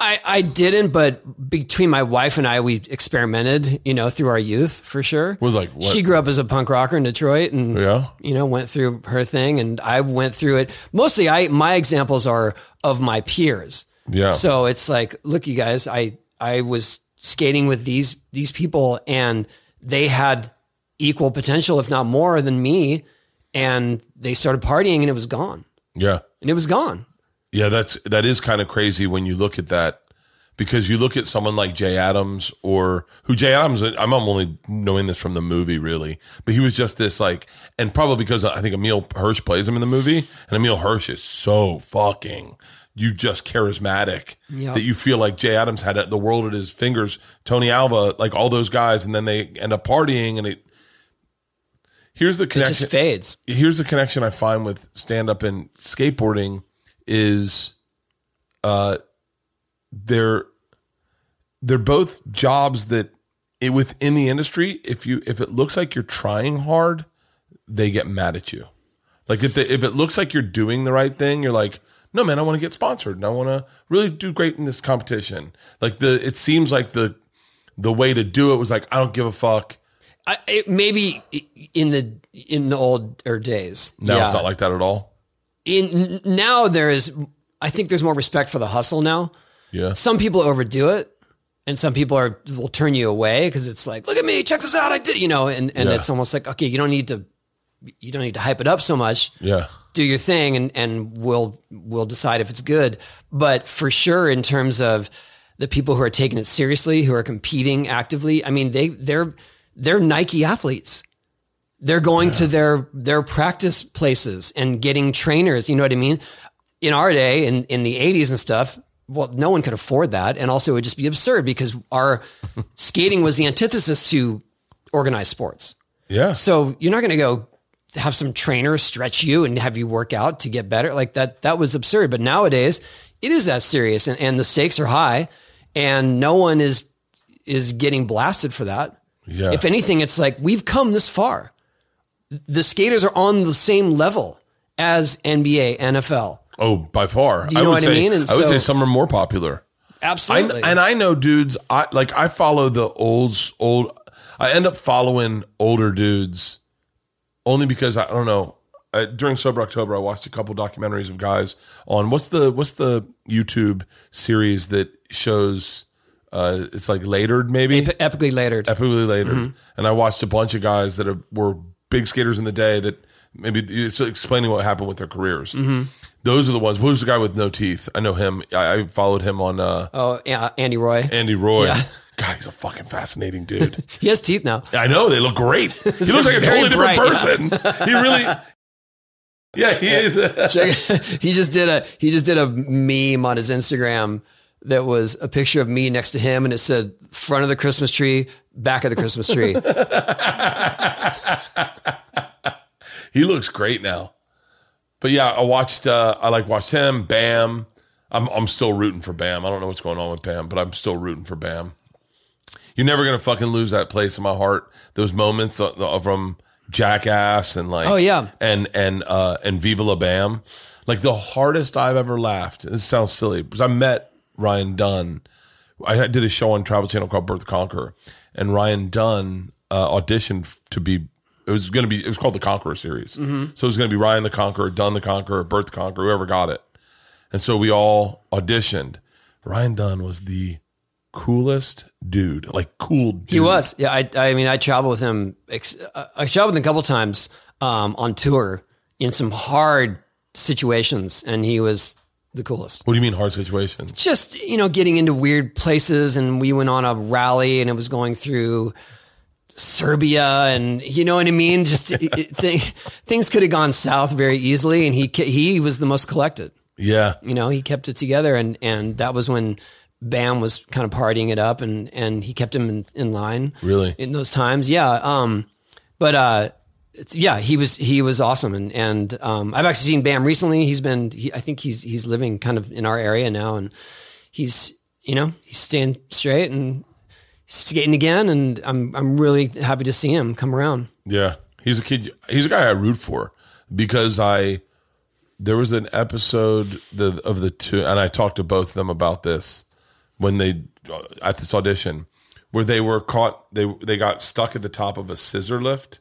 S2: I, I didn't, but between my wife and I, we experimented, you know, through our youth for sure.
S1: Was like, what?
S2: she grew up as a punk rocker in Detroit, and
S1: Yeah.
S2: you know, went through her thing, and I went through it. Mostly, I my examples are of my peers.
S1: Yeah.
S2: So it's like, look, you guys, I I was skating with these these people, and they had equal potential, if not more, than me, and they started partying, and it was gone,
S1: Yeah.
S2: and it was gone.
S1: Yeah, that's that is kind of crazy when you look at that because you look at someone like Jay Adams or who Jay Adams I'm only knowing this from the movie really, but he was just this like and probably because I think Emil Hirsch plays him in the movie and Emil Hirsch is so fucking you just charismatic
S2: Yeah.
S1: that you feel like Jay Adams had the world at his fingers, Tony Alva, like all those guys and then they end up partying and it Here's the
S2: It
S1: connection
S2: just fades.
S1: here's the connection I find with stand up and skateboarding is uh they're they're both jobs that it, within the industry if you if it looks like you're trying hard they get mad at you like if the, if it looks like you're doing the right thing you're like no man I want to get sponsored and I want to really do great in this competition like the it seems like the the way to do it was like I don't give a fuck
S2: I, it, maybe in the in the older days.
S1: now
S2: yeah.
S1: it's not like that at all
S2: in now there is. I think there's more respect for the hustle now.
S1: yeah
S2: Some people overdo it, and some people are will turn you away because it's like, look at me, check this out, I did, you know, and and
S1: Yeah.
S2: it's almost like okay, you don't need to, you don't need to hype it up so much.
S1: yeah
S2: Do your thing, and and we'll we'll decide if it's good. But for sure, in terms of the people who are taking it seriously, who are competing actively, I mean, they they're they're Nike athletes they're going to their their practice places and getting trainers you know what i mean in our day in in the 80s and stuff well no one could afford that and also it would just be absurd because our skating was the antithesis to organized sports
S1: yeah
S2: so you're not going to go have some trainer stretch you and have you work out to get better. Like that, that was absurd. But nowadays it is that serious and, and the stakes are high and no one is, is getting blasted for that.
S1: Yeah.
S2: If anything, it's like, we've come this far. The skaters are on the same level as NBA, NFL.
S1: Oh, by far.
S2: Do you
S1: I
S2: know
S1: would
S2: what I
S1: say,
S2: mean? And
S1: I would
S2: so-
S1: say some are more popular. I,
S2: Absolutely.
S1: and I know dudes. I like I follow the old old. I end up following older dudes only because I don't know. I, during sober October, I watched a couple documentaries of guys on what's the what's the YouTube series that shows. Uh, it's like latered maybe
S2: Ep- epically later.
S1: epically later.
S2: Mm-hmm.
S1: And I watched a bunch of guys that are, were big skaters in the day that maybe it's explaining what happened with their careers.
S2: Mm-hmm.
S1: Those are the ones. Who's the guy with no teeth? I know him. I, I followed him on uh,
S2: oh, yeah, Andy Roy.
S1: Andy Roy. God, he's a fucking fascinating dude.
S2: he has teeth now.
S1: I know they look great. He looks like a
S2: Very
S1: totally different
S2: bright,
S1: person. He really. Yeah, he is.
S2: Check- he just did a he just did a meme on his Instagram that was a picture of me next to him and it said front of the Christmas tree, back of the Christmas tree.
S1: he looks great now. But yeah, I watched. Uh, I like watched him. Bam. I'm I'm still rooting for Bam. I don't know what's going on with Bam, but I'm still rooting for Bam. You're never gonna fucking lose that place in my heart. Those moments of- of- from Jackass and like
S2: Oh, yeah.
S1: and and uh and Viva La Bam. Like the hardest I've ever laughed. This sounds silly because I met Ryan Dunn. I had- did a show on Travel Channel called Birth Conqueror, and Ryan Dunn uh, auditioned to be. It was going to be. It was called the Conqueror series.
S2: Mm-hmm.
S1: So it was going to be Ryan the Conqueror, Dunn the Conqueror, Birth the Conqueror, whoever got it. And so we all auditioned. Ryan Dunn was the coolest dude, like cool. Dude.
S2: He was. Yeah, I I mean I traveled with him ex- uh, I traveled with him a couple times um, on tour in some hard situations and he was the coolest.
S1: What do you mean hard situations?
S2: just you know getting into weird places and we went on a rally and it was going through Serbia and you know what I mean. Just it, it, thi- things could have gone south very easily, and he ca- he was the most collected.
S1: Yeah.
S2: You know, he kept it together, and and that was when Bam was kind of partying it up, and and he kept him in, in line.
S1: Really?
S2: in those times, yeah. Um, but uh, it's- yeah, he was he was awesome, and and um, I've actually seen Bam recently. He's been he, I think he's he's living kind of in our area now, and he's you know he's staying straight and skating again, and I'm I'm really happy to see him come around.
S1: Yeah, he's a kid. He's a guy I root for because I there was an episode the, of the two, and I talked to both of them about this when they uh, at this audition where they were caught. They they got stuck at the top of a scissor lift.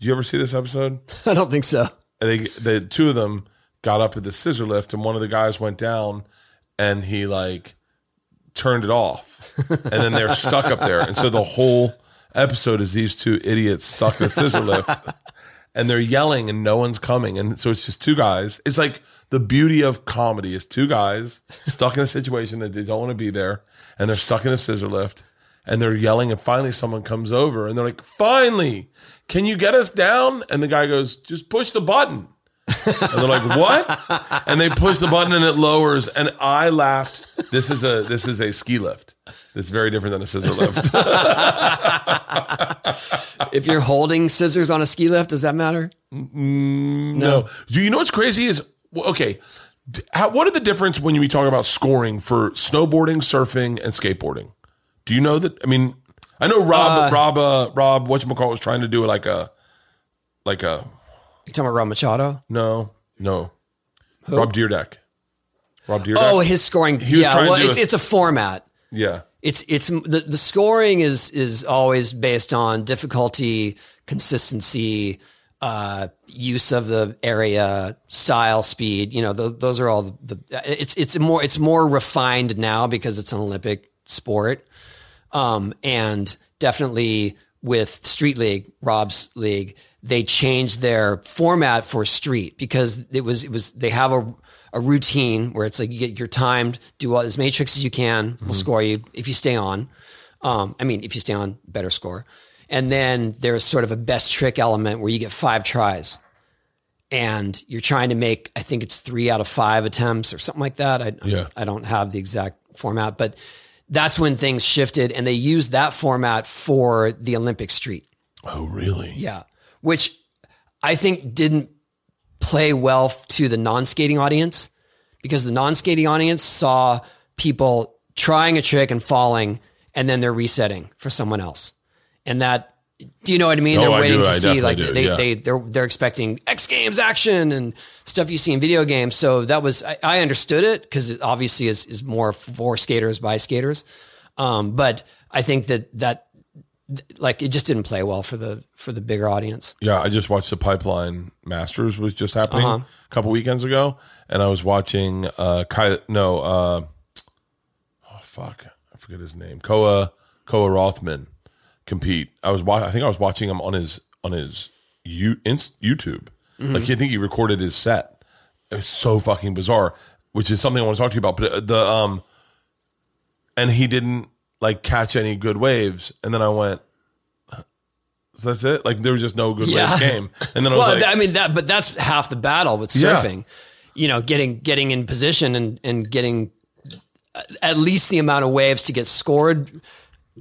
S1: Did you ever see this episode?
S2: I don't think so.
S1: And they the two of them got up at the scissor lift, and one of the guys went down, and he like turned it off, and then they're stuck up there, and so the whole episode is these two idiots stuck in a scissor lift, and they're yelling, and no one's coming, and so it's just two guys. It's like the beauty of comedy is two guys stuck in a situation that they don't want to be there, and they're stuck in a scissor lift. And they're yelling, and finally someone comes over, and they're like, "Finally, can you get us down?" And the guy goes, "Just push the button." And they're like, "What?" And they push the button and it lowers. And I laughed. This is a this is a ski lift. It's very different than a scissor lift.
S2: If you're holding scissors on a ski lift, does that matter?
S1: no. Do you know what's crazy is well, okay. d- How, what are the difference when we talk about scoring for snowboarding, surfing, and skateboarding? Do you know that? I mean, I know Rob Rob uh, Rob whatchamacallit was trying to do like a like a
S2: You talking about Rob Machado?
S1: no no Rob Deerdeck. Rob Deerdeck.
S2: Oh, his scoring.
S1: was
S2: yeah,
S1: trying to
S2: well,
S1: do
S2: it's,
S1: a-
S2: it's a format.
S1: yeah.
S2: it's it's the, the scoring is is always based on difficulty, consistency, uh, use of the area, style, speed. You know, tho- those are all the, the. It's it's more it's more refined now because it's an Olympic sport, um, and definitely with Street League, Rob's league, they changed their format for Street because it was it was they have a a routine where it's like you get your timed, do all as many tricks as you can, we'll score you if you stay on. Um, I mean, if you stay on, better score. And then there's sort of a best trick element where you get five tries and you're trying to make I think it's three out of five attempts or something like that. I
S1: Yeah.
S2: I don't have the exact format, but that's when things shifted and they used that format for the Olympic street.
S1: Oh, really?
S2: Yeah. Which I think didn't play well f- to the non skating audience because the non skating audience saw people trying a trick and falling and then they're resetting for someone else. And that, do you know what I mean?
S1: Oh,
S2: they're
S1: I
S2: waiting
S1: do.
S2: to
S1: I
S2: see
S1: definitely
S2: like
S1: do,
S2: they,
S1: yeah.
S2: they, they're, they're expecting X games action and stuff you see in video games. So that was, I, I understood it because it obviously is, is more for skaters by skaters. Um, but I think that that like it just didn't play well for the for the bigger audience.
S1: Yeah, I just watched the Pipeline Masters was just happening
S2: Uh-huh.
S1: a couple weekends ago, and I was watching uh Ky- no uh oh fuck I forget his name Koa Koa Rothman compete. I was wa- I think I was watching him on his on his you inst- YouTube.
S2: Mm-hmm.
S1: Like I think he recorded his set. It was so fucking bizarre, which is something I want to talk to you about. But uh, the um and he didn't like catch any good waves, and then I went. So that's it. Like there was just no good
S2: Yeah.
S1: waves came, and then I was
S2: well,
S1: like,
S2: th- I mean that, but that's half the battle with
S1: Yeah.
S2: surfing. You know, getting getting in position and and getting at least the amount of waves to get scored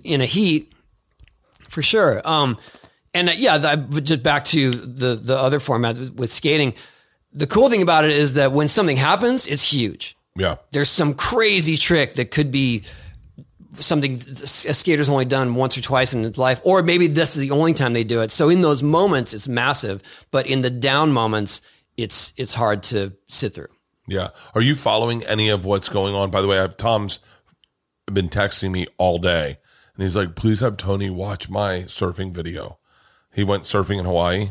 S2: in a heat for sure. Um, and uh, yeah, that, but just back to the the other format with- with skating. The cool thing about it is that when something happens, it's huge.
S1: yeah,
S2: there's some crazy trick that could be something a skater's only done once or twice in his life, or maybe this is the only time they do it. So in those moments, it's massive, but in the down moments, it's it's hard to sit through.
S1: Yeah. Are you following any of what's going on? By the way, I've Tom's been texting me all day and he's like, please have Tony watch my surfing video. He went surfing in Hawaii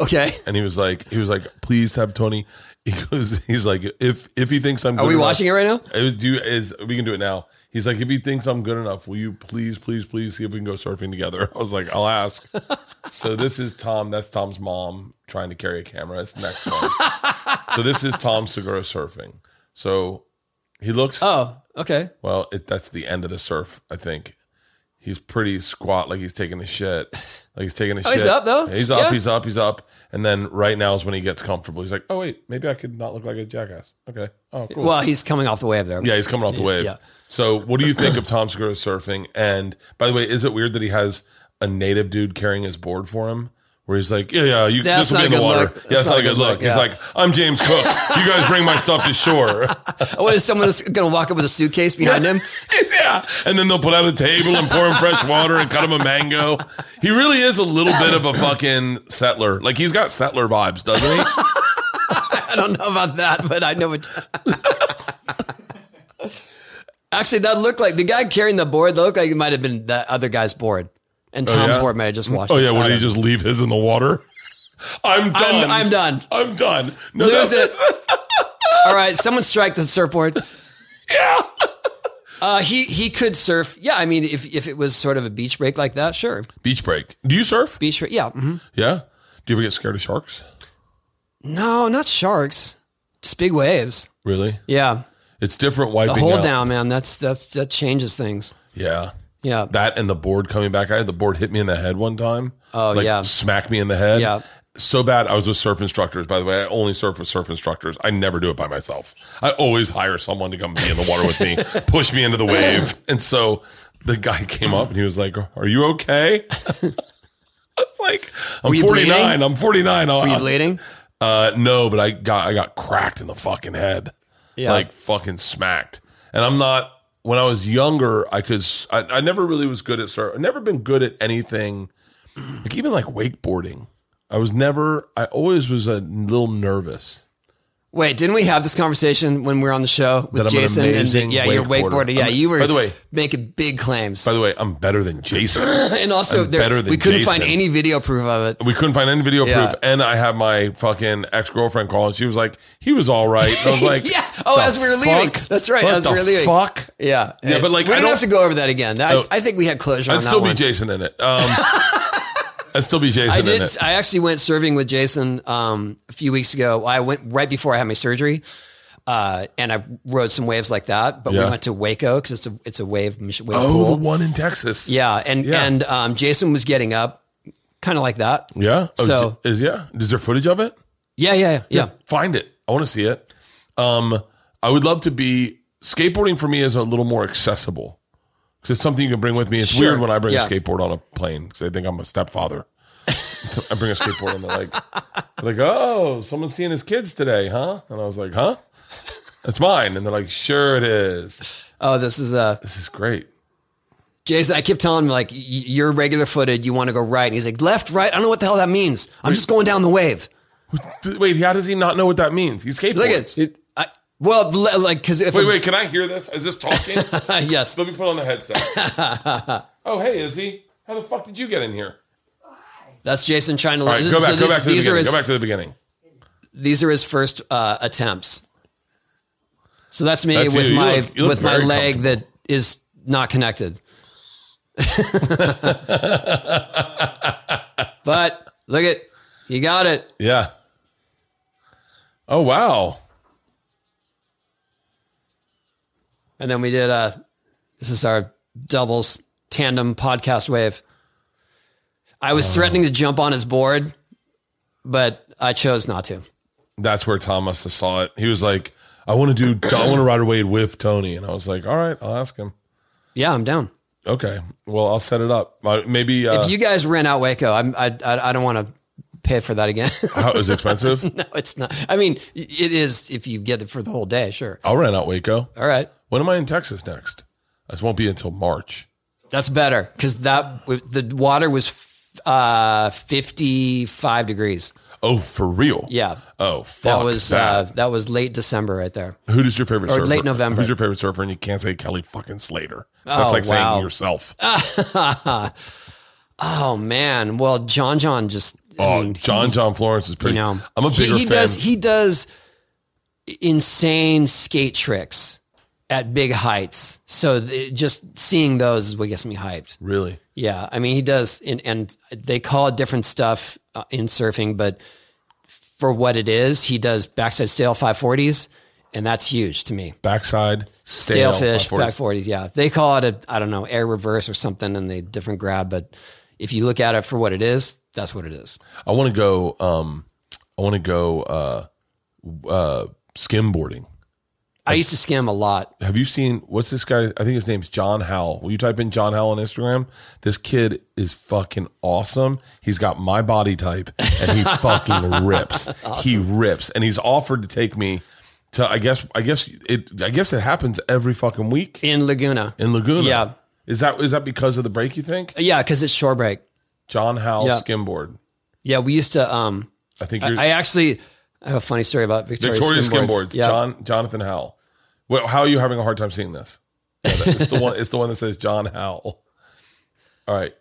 S2: okay,
S1: and he was like, he was like, please have Tony. He goes, he's like, if, if he thinks I'm good
S2: are we
S1: enough-
S2: watching it right now?
S1: It was, do you, is, we can do it now. He's like, if he thinks I'm good enough, will you please, please, please see if we can go surfing together? I was like, I'll ask. so this is Tom. That's Tom's mom trying to carry a camera. That's the next one. so this is Tom Segura surfing. So he looks.
S2: Oh, okay.
S1: Well, it, that's the end of the surf, I think. He's pretty squat, like he's taking a shit. Like he's taking a shit.
S2: Oh, he's up, though?
S1: He's up,
S2: Yeah.
S1: he's up, he's up. And then right now is when he gets comfortable. He's like, oh, wait, maybe I could not look like a jackass. Okay. Oh, cool.
S2: Well, he's coming off the wave there.
S1: yeah, he's coming off the wave.
S2: yeah.
S1: So what do you think of Tom Segura surfing? And by the way, is it weird that he has a native dude carrying his board for him? Where he's like, yeah, yeah, you,
S2: That's
S1: this will be in
S2: not
S1: the
S2: a good
S1: water.
S2: look.
S1: Yeah, that's not, a good look. He's
S2: yeah.
S1: like, I'm James Cook. You guys bring my stuff to shore.
S2: Oh, is someone that's going to walk up with a suitcase behind him?
S1: yeah. And then they'll put out a table and pour him fresh water and cut him a mango. He really is a little bit of a fucking settler. Like he's got settler vibes, doesn't he?
S2: I don't know about that, but I know it. Actually, that looked like the guy carrying the board. That looked like it might have been that other guy's board, and Tom's
S1: yeah?
S2: board might have just washed.
S1: Oh
S2: it.
S1: yeah,
S2: I
S1: would he
S2: don't know.
S1: just leave his in the water? I'm done.
S2: I'm, I'm done.
S1: I'm done. No,
S2: Lose
S1: that-
S2: it. All right, someone strike the surfboard.
S1: Yeah.
S2: Uh, he he could surf. Yeah, I mean, if if it was sort of a beach break like that, sure.
S1: Beach break. Do you surf?
S2: Beach break. Yeah. mhm.
S1: Yeah. Do you ever get scared of sharks?
S2: No, not sharks. Just big waves.
S1: Really?
S2: Yeah.
S1: It's different wiping
S2: The hold
S1: out.
S2: down, man. That's that's that changes things.
S1: Yeah.
S2: Yeah.
S1: That and the board coming back. I had the board hit me in the head one time.
S2: Oh,
S1: like,
S2: yeah.
S1: Smack me in the head.
S2: Yeah.
S1: So bad. I was with surf instructors, by the way. I only surf with surf instructors. I never do it by myself. I always hire someone to come be in the water with me, push me into the wave. And so the guy came up and he was like, Are you okay? I was like, I'm
S2: Were you
S1: 49.
S2: bleeding?
S1: I'm 49.
S2: Are you
S1: I'll-
S2: bleeding?
S1: Uh, no, but I got I got cracked in the fucking head,
S2: Yeah.
S1: like fucking smacked. And I'm not. When I was younger, I could. s- I, I never really was good at surf. I've never been good at anything, like even like wakeboarding. I was never. I always was a little nervous.
S2: Wait, didn't we have this conversation when we were on the show with
S1: That I'm an
S2: Jason?
S1: amazing
S2: and yeah, you're
S1: wakeboarder.
S2: wakeboarding. Yeah,
S1: I'm-
S2: you were.
S1: by the way-
S2: making big claims.
S1: By the way, I'm better than Jason.
S2: and also,
S1: I'm
S2: there-
S1: better than
S2: we couldn't find
S1: Jason.
S2: any video proof of it.
S1: We couldn't find any video
S2: Yeah.
S1: proof, and I had my fucking ex girlfriend call, and she was like, "He was all right." And I was like,
S2: Yeah. Oh,
S1: "The
S2: as we were leaving.
S1: fuck?
S2: That's right,
S1: What
S2: as we
S1: the
S2: were leaving."
S1: Fuck.
S2: Yeah,
S1: Yeah, but, like,
S2: we
S1: I
S2: don't
S1: don't-
S2: have to go over that again. I,
S1: Oh.
S2: I think we had closure.
S1: I'd
S2: on
S1: still
S2: that
S1: be
S2: one.
S1: Jason in it. Um, I'd still be Jason
S2: I
S1: in
S2: did.
S1: it.
S2: I actually went serving with Jason um, a few weeks ago. I went right before I had my surgery, uh, and I rode some waves like that. But
S1: Yeah.
S2: we went to Waco because it's a it's a wave, wave
S1: Oh, the
S2: pool.
S1: one in Texas.
S2: Yeah, and
S1: Yeah.
S2: and um, Jason was getting up, kind of like that.
S1: Yeah. Oh,
S2: So-
S1: is, is- yeah. Is there footage of it?
S2: Yeah, yeah, yeah. yeah.
S1: Find it. I want to see it. Um, I would love to be skateboarding for me is a little more accessible because it's something you can bring with me. It's
S2: Sure.
S1: weird when I bring
S2: Yeah.
S1: a skateboard on a plane because I think I'm a stepfather. I bring a skateboard and they're like, they're like, oh, someone's seeing his kids today, huh? And I was like, huh? That's mine. And they're like, sure it is.
S2: Oh, this is uh,
S1: This is great.
S2: Jason. I kept telling him like y- you're regular footed. You want to go right, and he's like left, right. I don't know what the hell that means. I'm just going down the wave.
S1: D- Wait, how does he not know what that means? He skateboards.
S2: Look at it. I, well, le- like because if
S1: Wait, wait, can I hear this? Is this talking?
S2: wait, yes.
S1: Let me put on the headset. oh, hey, Izzy. How the fuck did you get in here?
S2: That's Jason trying to
S1: All
S2: learn.
S1: right,
S2: this-
S1: go back,
S2: so
S1: go
S2: this-
S1: back to the
S2: these are
S1: beginning.
S2: his,
S1: Go back to the beginning.
S2: these are his first uh, attempts. So that's me
S1: That's
S2: with
S1: you. You
S2: my
S1: look- you look
S2: with my
S1: very
S2: leg that is not connected. but look at you got it.
S1: Yeah. Oh, wow.
S2: And then we did uh this is our doubles tandem podcast wave. I was threatening to jump on his board, but I chose not to.
S1: That's where Tom must have saw it. He was like, I want to do, I want to ride away with Tony. And I was like, all right, I'll ask him.
S2: Yeah, I'm down.
S1: Okay. Well, I'll set it up. Uh, Maybe uh,
S2: If you guys rent out Waco, I'm, I, I I don't want to pay for that again.
S1: how, is it expensive?
S2: no, it's not. I mean, it is if you get it for the whole day, sure.
S1: I'll rent out Waco.
S2: All right,
S1: When am I in Texas next? This won't be until March.
S2: that's better because that the water was uh, 55 degrees.
S1: Oh, for real?
S2: Yeah.
S1: Oh, fuck.
S2: That was
S1: that.
S2: Uh, that was late December right there.
S1: Who is your favorite
S2: Or
S1: surfer?
S2: late November.
S1: Who's your favorite surfer? And you can't say Kelly fucking Slater. So
S2: Oh,
S1: that's like
S2: wow.
S1: saying yourself.
S2: Oh man, well John John just I
S1: oh,
S2: mean,
S1: John John Florence is pretty.
S2: you know
S1: I'm a bigger
S2: he, he
S1: fan.
S2: does he does insane skate tricks at big heights. So th- just seeing those is what gets me hyped.
S1: really?
S2: Yeah, I mean he does, and, and they call it different stuff uh, in surfing, but for what it is, he does backside stale five forties, and that's huge to me.
S1: Backside, stale,
S2: Tailfish,
S1: front
S2: back 40s, yeah. They call it a, I don't know, air reverse or something and they different grab, but if you look at it for what it is, that's what it is.
S1: I want to go. Um, I want to go uh, uh, skimboarding.
S2: I used to skim a lot.
S1: Have you seen what's this guy? I think his name's John Howell. Will you type in John Howell on Instagram? This kid is fucking awesome. He's got my body type, and he fucking rips. He rips, and he's offered to take me to. I guess. I guess it. I guess it happens every fucking week
S2: In Laguna.
S1: in Laguna.
S2: Yeah.
S1: Is that is that because of the break? You think
S2: yeah, because it's shore break.
S1: John Howell
S2: Yeah.
S1: skimboard?
S2: Yeah, we used to um
S1: I think you're,
S2: I, I actually I have a funny story about Victoria's,
S1: Victoria
S2: skim
S1: skimboards.
S2: Yeah.
S1: John Jonathan Howell. Well, how are you having a hard time seeing this? Yeah, that- It's the one. It's the one that says John Howell. All right,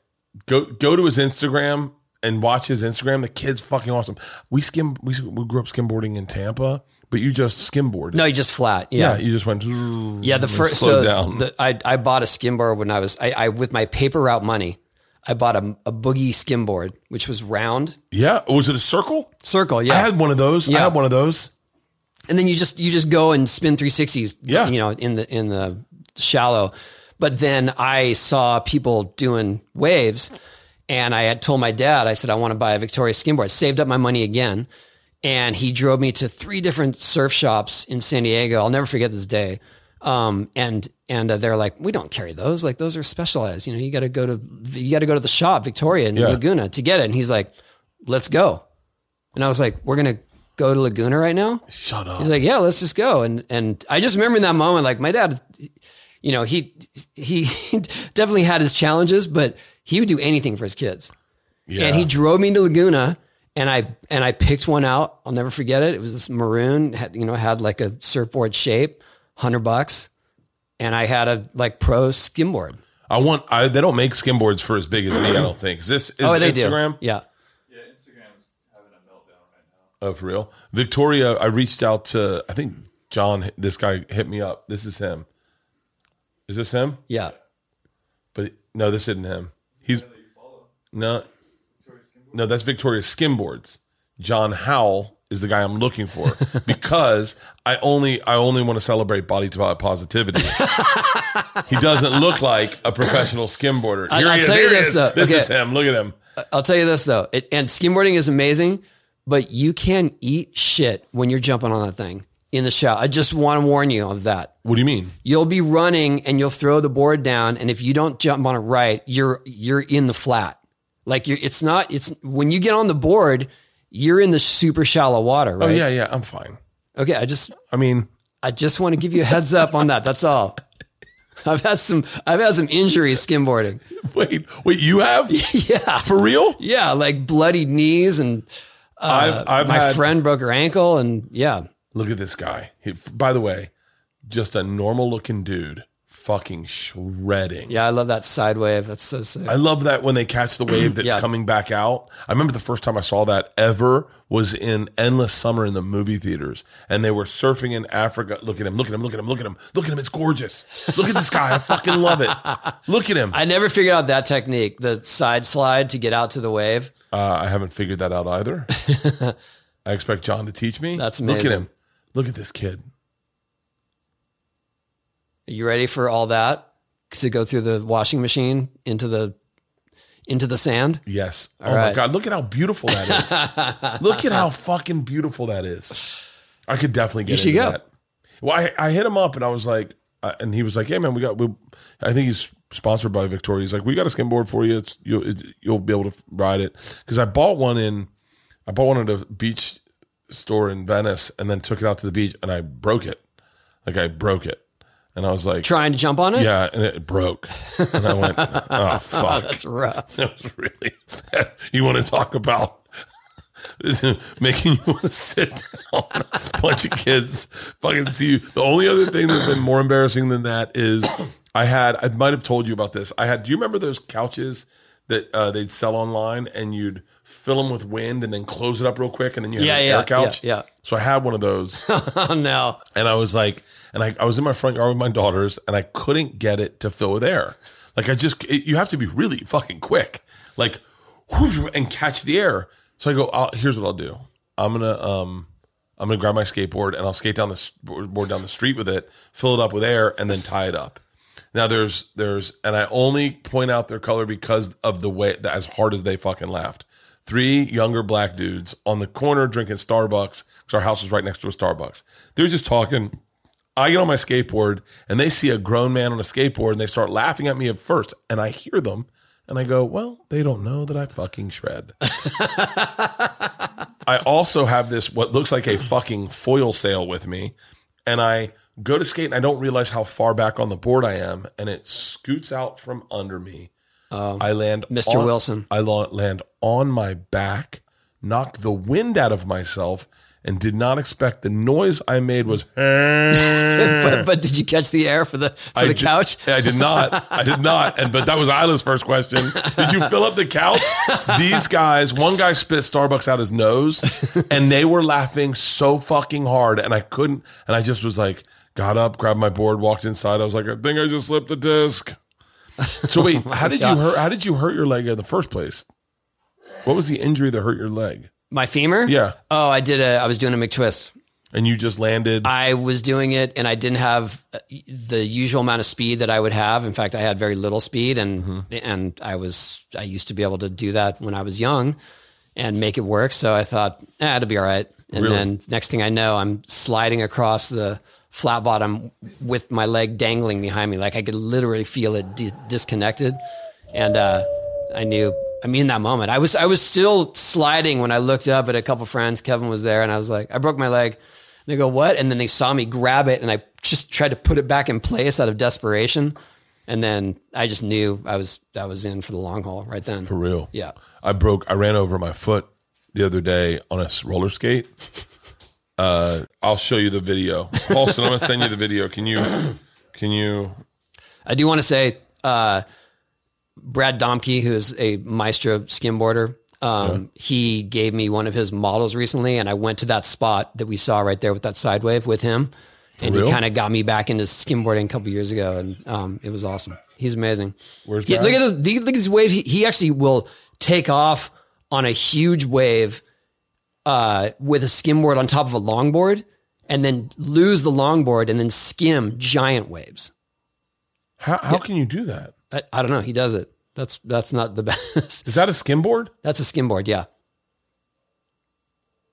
S1: go go to his Instagram and watch his Instagram. The kid's fucking awesome. We skim. We, we grew up skimboarding in Tampa, but you just skimboarded.
S2: No, you just flat.
S1: yeah,
S2: Yeah.
S1: you just went.
S2: Yeah, the first
S1: slow
S2: so
S1: down.
S2: The, I I bought a skimboard when I was I, I with my paper route money. I bought a, a boogie skimboard, which was round
S1: yeah, Oh, was it a circle?
S2: circle. Yeah,
S1: I had one of those. I
S2: Yeah.
S1: had one of those.
S2: and then you just you just go and spin 360s
S1: Yeah.
S2: you know in the in the shallow but then i saw people doing waves and i had told my dad i said i want to buy a victoria skimboard saved up my money again and he drove me to three different surf shops in san diego i'll never forget this day um, and and uh, they're like we don't carry those like those are specialized you know you got to go to you got to go to the shop victoria in
S1: Yeah.
S2: laguna to get it and he's like let's go and i was like we're gonna go to laguna right now
S1: Shut up.
S2: He's like, yeah, let's just go. And and I just remember in that moment, like my dad, you know, he he definitely had his challenges, but he would do anything for his kids.
S1: yeah,
S2: And he drove me to Laguna, and I and I picked one out. I'll never forget it. It was this maroon, had, you know, had like a surfboard shape, hundred bucks, and I had a like pro skimboard.
S1: I want. I, they don't make skimboards for as big as me. I don't think. Is this is
S2: oh, they
S1: Instagram?
S2: do. Yeah,
S1: Oh, for real? Victoria, I reached out to, I think John, this guy hit me up. This is him. Is this him?
S2: yeah.
S1: But no, this isn't him. He's, no, no, that's Victoria Skimboards. John Howell is the guy I'm looking for because I only, I only want to celebrate body to body positivity. he doesn't look like a professional skimboarder.
S2: I-
S1: Here
S2: I'll
S1: he is,
S2: tell you
S1: here he
S2: this,
S1: is.
S2: though.
S1: This
S2: Okay.
S1: is him. Look at him.
S2: I'll tell you this though, it, and skimboarding is amazing, but you can eat shit when you're jumping on that thing in the shower. I just want to warn you of that.
S1: What do you mean?
S2: You'll be running and you'll throw the board down, and if you don't jump on it right, you're you're in the flat. Like you're, it's not. It's when you get on the board, you're in the super shallow water,
S1: Oh
S2: right?
S1: yeah, yeah, I'm fine.
S2: Okay, I just
S1: I mean,
S2: I just want to give you a heads up on that. That's all. I've had some I've had some injuries skimboarding.
S1: wait, wait, you have?
S2: Yeah.
S1: For real?
S2: Yeah, like bloody knees and
S1: I've, I've
S2: Uh, my
S1: had-
S2: friend broke her ankle and yeah
S1: Look at this guy. He, by the way, just a normal looking dude, fucking shredding.
S2: yeah i love that side wave that's so sick
S1: I love that when they catch the wave that's
S2: Yeah.
S1: coming back out. I remember the first time I saw that ever was in Endless Summer in the movie theaters, and they were surfing in Africa. Look at him! Look at him! Look at him! Look at him! Look at him! It's gorgeous. Look at this guy. I fucking love it. Look at him.
S2: i never figured out that technique the side slide to get out to the wave
S1: Uh, I haven't figured that out either. I expect John to teach me.
S2: That's
S1: Look at
S2: amazing.
S1: him. Look at this kid.
S2: are you ready for all that to go through the washing machine into the into the sand
S1: Yes. oh
S2: All
S1: my
S2: right.
S1: God. Look at how beautiful that is. Look at how fucking beautiful that is. I could definitely get
S2: You should
S1: into
S2: go.
S1: that. Well, I, I hit him up and I was like, uh, and he was like, hey man, we got, we, I think he's sponsored by Victoria. He's like, we got a skimboard for you. It's, you'll, it, you'll be able to ride it. Cause I bought one in, I bought one at a beach store in Venice and then took it out to the beach and I broke it. Like I broke it. And I was like,
S2: trying to jump on it
S1: yeah, and it broke. And I went, oh fuck.
S2: that's rough
S1: That was really. you want to talk about making you want to sit down? A bunch of kids fucking see you. The only other thing that's been more embarrassing than that is I had. I might have told you about this. I had. Do you remember those couches that uh, they'd sell online and you'd fill them with wind and then close it up real quick and then you had
S2: Yeah,
S1: an
S2: yeah,
S1: air couch?
S2: yeah, yeah.
S1: So I had one of those.
S2: oh no
S1: And I was like, and I, I was in my front yard with my daughters, and I couldn't get it to fill with air. Like I just, it, you have to be really fucking quick, like, whoosh, and catch the air. So I go, I'll, here's what I'll do. I'm gonna, um, I'm going to grab my skateboard and I'll skate down the s- board down the street with it, fill it up with air, and then tie it up. Now there's there's and I only point out their color because of the way that as hard as they fucking laughed. Three younger black dudes on the corner drinking Starbucks because our house was right next to a Starbucks. They're just talking. I get on my skateboard and they see a grown man on a skateboard and they start laughing at me at first and I hear them and I go, well, they don't know that I fucking shred. I also have this what looks like a fucking foil sail with me, and I go to skate and I don't realize how far back on the board I am, and it scoots out from under me. I land,
S2: Mr.
S1: on-
S2: Wilson.
S1: I la- land on my back, knock the wind out of myself, and did not expect the noise I made was.
S2: but, but did you catch the air for the for
S1: I
S2: the
S1: did-
S2: couch?
S1: I did not. I did not. And but that was Isla's first question. Did you fill up the couch? These guys, one guy spit Starbucks out his nose, and they were laughing so fucking hard, and I couldn't. And I just was like, got up, grabbed my board, walked inside. I was like, I think I just slipped a disc. So
S2: Oh
S1: wait, how did you hurt? How did you hurt your leg in the first place? What was the injury that hurt your leg?
S2: My femur?
S1: Yeah.
S2: Oh, I did a. I was doing a McTwist.
S1: And you just landed.
S2: I was doing it, and I didn't have uh, the usual amount of speed that I would have. In fact, I had very little speed, and and I was I used to be able to do that when I was young, and make it work. So I thought, eh, it'll be all right. And
S1: Really?
S2: then next thing I know, I'm sliding across the flat bottom with my leg dangling behind me, like I could literally feel it di- disconnected, and uh, I knew. I mean, in that moment, I was I was still sliding when I looked up at a couple friends. Kevin was there, and I was like, I broke my leg. And they go, what? And then they saw me grab it and I just tried to put it back in place out of desperation. And then I just knew I was I was in for the long haul right then.
S1: For real.
S2: Yeah.
S1: I broke, I ran over my foot the other day on a s- roller skate. Uh, I'll show you the video. Paulson, I'm going to send you the video. Can you, can you,
S2: I do want to say uh, Brad Domke, who is a maestro skimboarder, um, he gave me one of his models recently, and I went to that spot that we saw right there with that side wave with him, and
S1: real?
S2: he kind of got me back into skimboarding a couple years ago, and um, it was awesome. He's amazing.
S1: Where's
S2: He-
S1: Brad?
S2: look at those, the- look at these waves. He, he actually will take off on a huge wave uh, with a skimboard on top of a longboard, and then lose the longboard, and then skim giant waves.
S1: how, how can you do that?
S2: I, I don't know. He does it. That's that's not the best.
S1: Is that a skimboard?
S2: that's a skimboard. Yeah,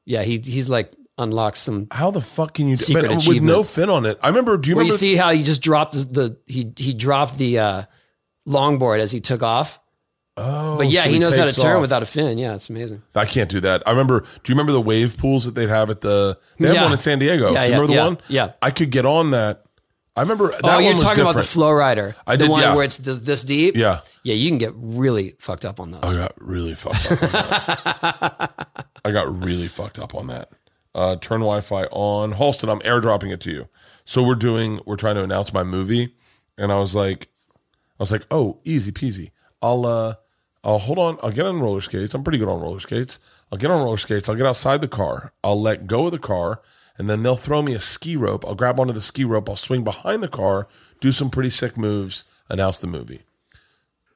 S2: yeah. He he's like unlocks some.
S1: How the fuck can you do
S2: Secret
S1: but With no
S2: achievement.
S1: fin on it. I remember, do you
S2: Where you
S1: remember?
S2: see how he just dropped the, the he he dropped the uh, longboard as he took off.
S1: oh,
S2: But yeah,
S1: so
S2: he knows how to
S1: takes
S2: turn
S1: off.
S2: without a fin. Yeah, it's amazing.
S1: I can't do that. I remember. Do you remember the wave pools that they'd have at the? They had
S2: Yeah.
S1: one in San Diego. do
S2: Yeah,
S1: you
S2: yeah,
S1: remember the
S2: yeah,
S1: one?
S2: yeah.
S1: I could get on that. I remember. That
S2: oh,
S1: one
S2: you're
S1: was
S2: talking about the
S1: different.
S2: flow rider.
S1: I
S2: the
S1: did,
S2: one
S1: yeah.
S2: where it's th- this deep.
S1: Yeah.
S2: yeah. You can get really fucked up on those.
S1: I got really fucked up. On that. I got really fucked up on that. Uh, turn Wi-Fi on, Halston. I'm airdropping it to you. So we're doing. We're trying to announce my movie, and I was like, I was like, oh, easy peasy. I'll uh, I'll hold on. I'll get on roller skates. I'm pretty good on roller skates. I'll get on roller skates. I'll get outside the car. I'll let go of the car, and then they'll throw me a ski rope. I'll grab onto the ski rope. I'll swing behind the car, do some pretty sick moves, announce the movie.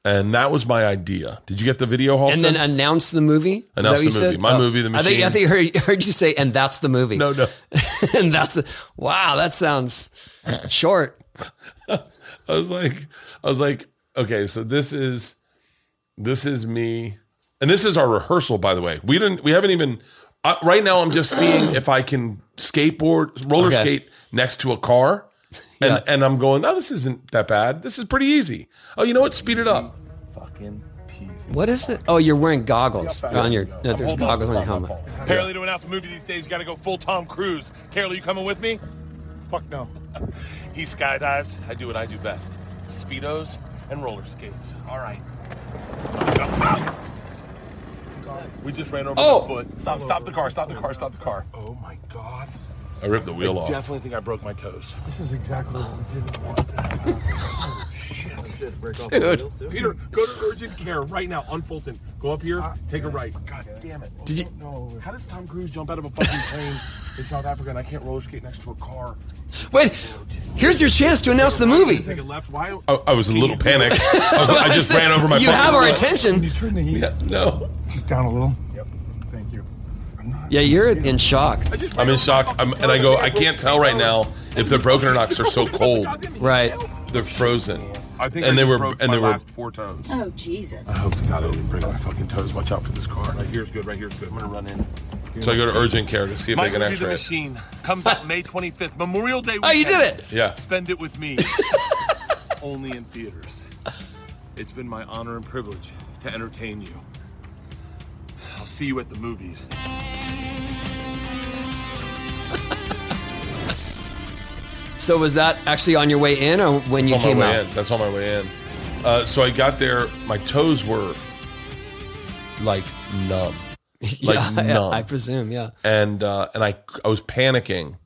S1: And that was my idea. Did you get the video, Halston?
S2: And then announce the movie. Is that
S1: Announce
S2: what you
S1: the movie.
S2: said? Oh.
S1: My movie, The
S2: I think I
S1: Machine.
S2: think I heard, heard you say, and that's the movie.
S1: no, no.
S2: and that's the, wow. That sounds short.
S1: I was like, I was like, okay, so this is, this is me, and this is our rehearsal. By the way, we didn't, we haven't even. Uh, right now, I'm just seeing if I can skateboard, roller
S2: Okay.
S1: skate next to a car, and
S2: Yeah.
S1: and I'm going, oh, this isn't that bad. This is pretty easy. Oh, you know what? Speed it up.
S2: What is it? Oh, you're wearing goggles on your. No, there's goggles on your helmet.
S8: Apparently, to announce a movie these days, you got to go full Tom Cruise. Carol, you coming with me? Fuck no. he skydives. I do what I do best: speedos and roller skates. All right. Ow! We just ran over
S2: Oh!
S8: my foot. Stop! Stop the car! Stop the car! Stop the car! Oh my god!
S1: I ripped the wheel off.
S8: Definitely think I broke my toes.
S9: This is exactly what we didn't want.
S2: Dude,
S8: Peter, go to urgent care right now on Fulton. Go up here, take a right. God damn it!
S2: did you?
S9: No,
S8: How does Tom Cruise jump out of a fucking plane in South Africa and I can't roller skate next to a car?
S2: Wait, here's your chance to announce the movie.
S8: Take a left. Why?
S1: I, I was a little panicked. I, was, I just ran over my.
S2: You
S1: fucking
S2: have our
S1: foot.
S2: attention.
S9: you turn the heat
S1: Yeah, no.
S9: just down a little.
S8: Yep.
S9: Thank you.
S2: Yeah, you're in shock.
S1: I'm in shock. I'm, and I go, I can't tell right now if they're broken or not because they're so cold.
S2: Right.
S1: They're frozen.
S8: I think
S1: And they
S8: I just
S1: were-
S8: broke
S1: and
S8: my
S1: they were-
S8: last four toes.
S10: Oh, Jesus.
S8: I hope to God I didn't break my fucking toes. Watch out for this car. Right here's good. Right here's good. I'm gonna run in.
S1: So I go to urgent care to see if
S8: Michael
S1: they can
S8: Z.
S1: X-ray.
S8: the
S1: it.
S8: Machine comes out May 25th, Memorial Day.
S2: Oh, you
S8: weekend.
S2: did it!
S1: Yeah.
S8: Spend it with me. Only in theaters. It's been my honor and privilege to entertain you. I'll see you at the movies.
S2: So was that actually on your way in or when you
S1: on my
S2: came
S1: way
S2: out?
S1: in. That's on my way in. Uh, so I got there. My toes were like numb, like
S2: yeah, I-
S1: numb,
S2: I presume, yeah.
S1: and uh, and I I was panicking